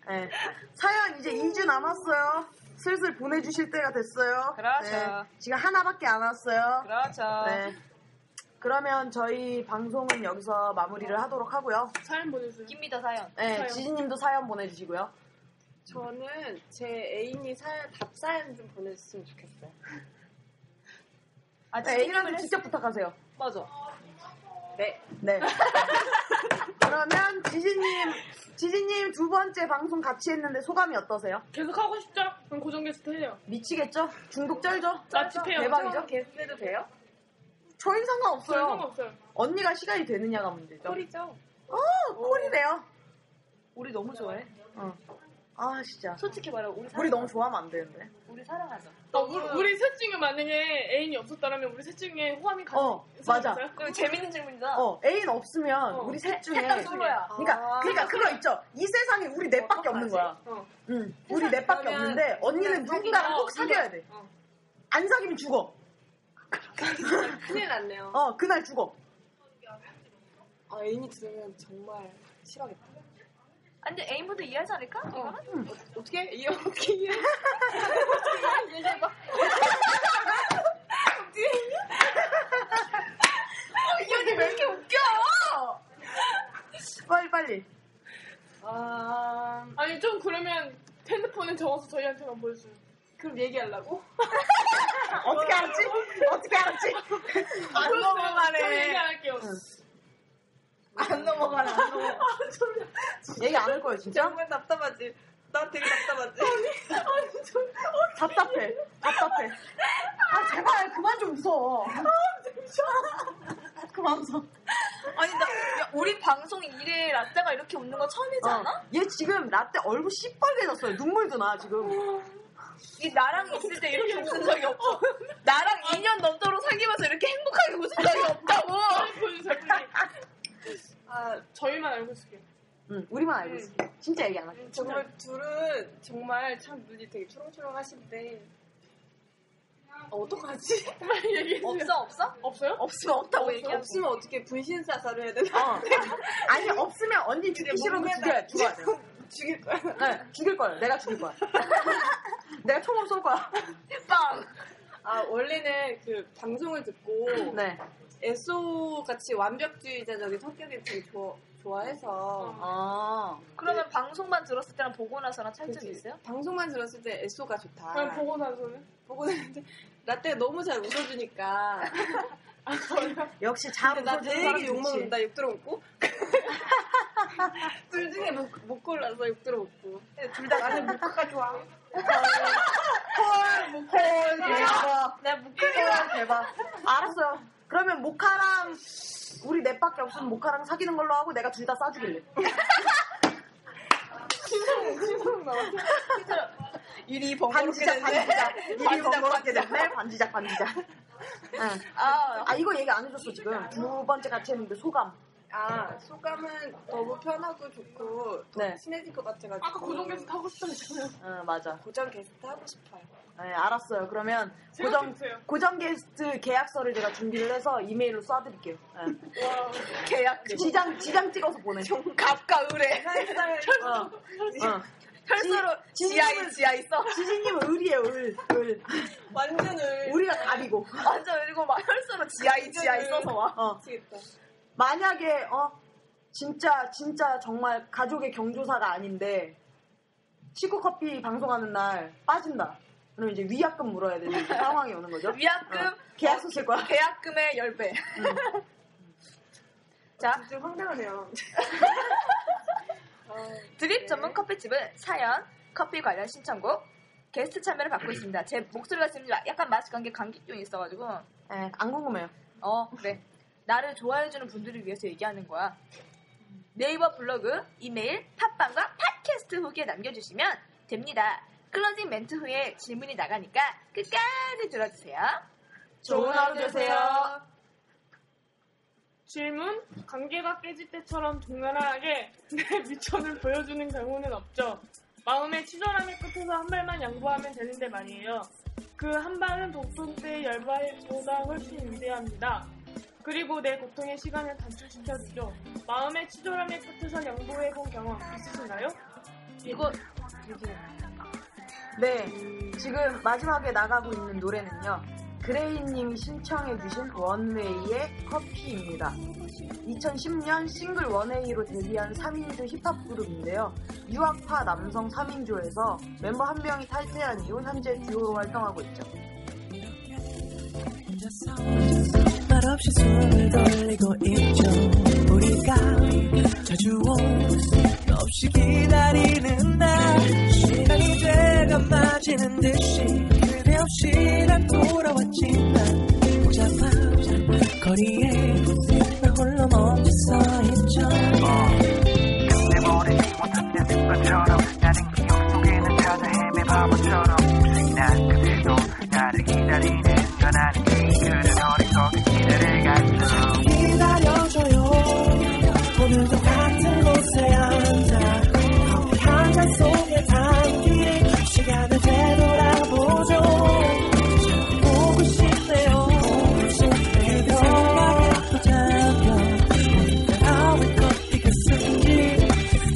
네. 사연 이제 2주 남았어요. 슬슬 보내주실 때가 됐어요. 네. 그렇죠. 지금 하나밖에 안 왔어요. 그렇죠. 네. 그러면 저희 방송은 여기서 마무리를 하도록 하고요. 사연 보내주세요. 김미더 사연. 네, 사연. 지진님도 사연 보내주시고요. 저는 제 애인이 사연 답사연 좀 보내줬으면 좋겠어요. 아 네, 지진님을 애인한테 했... 직접 부탁하세요. 맞아. 네. 그러면 지진님, 지진님 두 번째 방송 같이 했는데 소감이 어떠세요? 계속 하고 싶죠? 그럼 고정 게스트 해요. 미치겠죠? 중독 쩔죠? 찝해요. 대박이죠? 게스트도 돼요? 저희 별 상관없어요. 상관없어요. 언니가 시간이 되느냐가 문제죠. 소리죠? 어, 콜이래요. 우리 너무 좋아해. 아 진짜. 솔직히 말해 우리 사랑 우리 너무 좋아하면 안 되는데. 우리 사랑하죠. 어, 우- 우리 셋 중에 만약에 애인이 없었다면 우리 셋 중에 호감이 가장 어, 맞아. 있어요? 그리고 재밌는 질문이다. 어, 애인 없으면 어. 우리 셋 중에. 셋다 솔로야. 그러니까, 아. 그러니까 그거 있죠. 이 세상에 우리 넷밖에 없는 거야. 어. 응. 우리 넷밖에 그러면 없는데 언니는 그냥 누군가랑 사귀면 꼭 사귀어야 돼. 어. 안 사귀면 죽어. 큰일 났네요. 어, 그날 죽어. 아, 애인이 들으면 정말 싫어하겠다. 아니 근데 애인분들 이해하지 않을까? 어. 어떻게? 이 어떻게 이해? 이언니 왜 이렇게 웃겨? 빨리 빨리. 아, 음. 아니 좀 그러면 핸드폰에 적어서 저희한테만 보여주세요. 그럼 얘기하려고? 어떻게 알았지? 어떻게 알았지? 안 넘어가네. 얘기 안 할게요. 안 넘어가네. 안 넘어가. 얘기 안 할 거예요, 진짜? 정말 답답하지. 난 되게 답답하지. 답답해. 답답해. 아, 제발, 그만 좀 웃어. 그만 웃어. 아니 나 야, 우리 방송 이래 라떼가 이렇게 웃는 거 처음이지 않아? 어, 얘 지금 라떼 얼굴 시뻘개졌어요. 눈물도 나, 지금. 이게 나랑 있을 때 이렇게 웃은 적이 없어. 나랑 2년 넘도록 사귀면서 이렇게 행복하게 웃은 적이 없다고. 빨리 보여주세요. 빨리. 아, 저희만 알고 있을게요. 응, 우리만 알고 있어. 진짜 얘기 안 할게. 정말 둘은 정말 참 눈이 되게 초롱초롱하신데. 어, 어떡하지? 빨리 얘기해 주세요. 없어 없어? 없어요? 없으면 없다고 얘기해. 없으면 어떻게 분신 사살을 해야 되나? 어. 아니, 없으면 언니 죽기 싫어도 죽여야, 죽어야 돼. 죽일 거야. 네, 죽일 거야. 내가 죽일 거야. 내가 총을 쏠 거야. 빵. 아 원래는 그 방송을 듣고 네. 에소 같이 완벽주의자적인 성격이 되게 좋아, 좋아해서 어. 아, 그러면 방송만 들었을 때랑 보고 나서랑 차이점이 그치. 있어요? 방송만 들었을 때 에소가 그럼 좋다. 보고 나서는 보고 나는데 라떼가 너무 잘 웃어주니까 역시 잘 근데 나 웃어주는 사람 되게 욕 좋지. 먹는다 욕 들어먹고 둘 중에 못, 못 골라서 욕 들어먹고 둘다 나는 못 가가지고 와. 헐, 대박. 내가 못 헐, 대박. 알았어요. 그러면 모카랑 우리 넷밖에 없으면 모카랑 사귀는 걸로 하고 내가 둘 다 싸주길래. 유리 번거롭게 반지작, 됐네 반지작. 일이 반지작, 번거롭게 됐네. 반지작, 반지작. 응. 아, 아, 이거 얘기 안 해줬어, 지금. 두 번째 같이 했는데 소감. 아 소감은 너무 편하고 좋고 더 네. 친해진 것 같아가지고 아까 고정계수 타고 싶다잖아요. 응, 맞아. 고정 게스트 하고 싶어요 네, 알았어요. 그러면 고정, 생각해보세요. 고정 게스트 계약서를 제가 준비를 해서 이메일로 쏴드릴게요. 네. 계약 지장, 지장 찍어서 보내. 갑과 을의 어, 어. 혈서로 지- 지하이 지하이 써 지진님은 을이에요, 을. 을. 완전 을 우리가 답이고. 완전 그리고 막 혈서로 지하이 지하이 써서 와 어. 미치겠다 만약에 어 진짜 진짜 정말 가족의 경조사가 아닌데 식구 커피 방송하는 날 빠진다. 그럼 이제 위약금 물어야 되는 그 상황이 오는 거죠. 위약금? 어, 계약서 쓸 거야. 계약금의 10배. 자, 좀 황당하네요 드립 전문 커피집은 사연, 커피 관련 신청곡, 게스트 참여를 받고 있습니다. 제 목소리가 지금 약간 마스크한 게 감기증이 있어가지고, 예, 안 궁금해요. 어, 그래. 나를 좋아해주는 분들을 위해서 얘기하는 거야. 네이버 블로그, 이메일, 팟빵과 팟캐스트 후기에 남겨주시면 됩니다. 클로징 멘트 후에 질문이 나가니까 끝까지 들어주세요. 좋은 하루 되세요. 질문? 관계가 깨질 때처럼 동나라하게 내 미천을 보여주는 경우는 없죠. 마음의 치졸함의 끝에서 한 발만 양보하면 되는데 말이에요. 그 한 발은 독손 때의 열발보다 훨씬 위대합니다. 그리고 내 고통의 시간을 단축시켜주죠. 마음의 치졸함의 끝에서 양보해본 경험 있으신가요? 이거 네, 지금 마지막에 나가고 있는 노래는요. 그레이님이 신청해주신 원웨이의 커피입니다. 2010년 싱글 원웨이로 데뷔한 3인조 힙합 그룹인데요. 유학파 남성 3인조에서 멤버 한 명이 탈퇴한 이후 현재 듀오로 활동하고 있죠. 말없이 숨을 돌리고 있죠 우리가 자주 온 없이 기다리는 날 시간이 돼가 마지는 듯이 그대 없이 난 돌아왔지만 복잡한 거리에 나 홀로 멈춰 서 있죠 내 머리 비웠던 내 습관처럼 나는 기억 속에는 찾아 헤매 바보처럼 난 그대도 나를 기다리는 건 아닌지 그를 어리석은 기대를 갖죠 기다려줘요 오늘도 같은 곳에 앉아 커피 한잔 속에 담긴 시간을 되돌아보죠 참 보고 싶네요 그대 생각에 붙잡혀 아왜 커피가 쓴지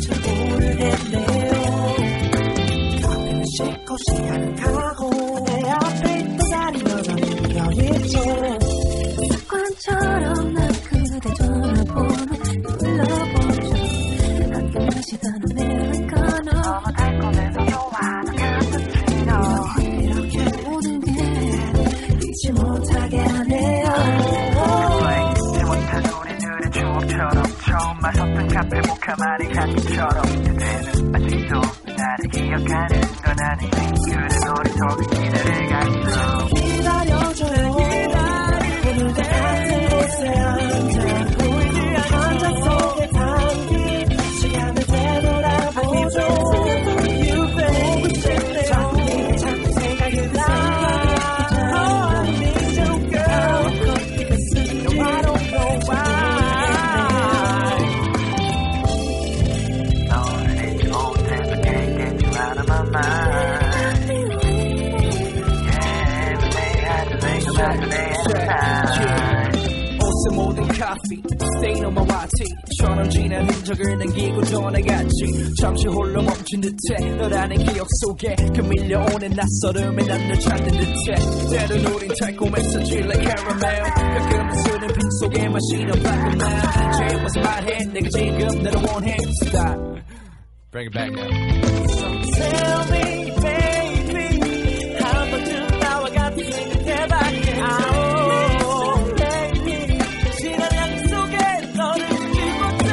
잘 모르겠네요 커피는 식고 시간은 가고 내 앞에 있던 자리 여전히 여있죠 습관처럼 난 그대 전화번호 눌러보죠 함께 마시던 아메리카노 너무 달콤해서 좋아 난 카푸치노 이렇게 모든 게 잊지 못하게 하네요 플레이 잊지 못한 우리들의 추억처럼 처음 마셨던 카페 모카마리 향기처럼 그대는 아직도 나를 기억하는 건 아닌지 그를 어리석은 기대를 갖죠 기다려줘요 오늘도 같은 곳에 앉아 보이지 환자 속에 담긴 시간을 되돌아보죠 보고 싶대요 자꾸 생각이 나 Oh, I need you, girl. 커피가 쓴지 I don't know why 너를 잊지 못해서 can't get you out of my mind Yeah, every day I just think about you coffee stain on my watch 처럼 지난 흔적을 남기고 떠나갔지 잠시 홀로 멈춘 듯해 너라는 기억 속에 그 밀려오는 낯설음에 난널 찾는 듯해 때론 우린 달콤했었지 like caramel 가끔은 술은 빈 속에 마시던 black and mild 제일 와서 말해 내가 지금 너를 원해 stop Bring it back now. Tell me, baby, how much of our got to get back out? Baby, 지난 양 속에 너를 잊지 못해.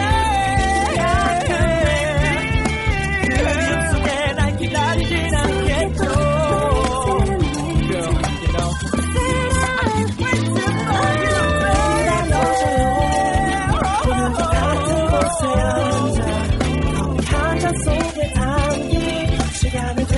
그 이유 속에 날 기다리진 않겠죠. Girl, you know. I can't wait to find you, baby. 오늘도 같은 곳에 앉아. 한잔 속에 담긴 시간을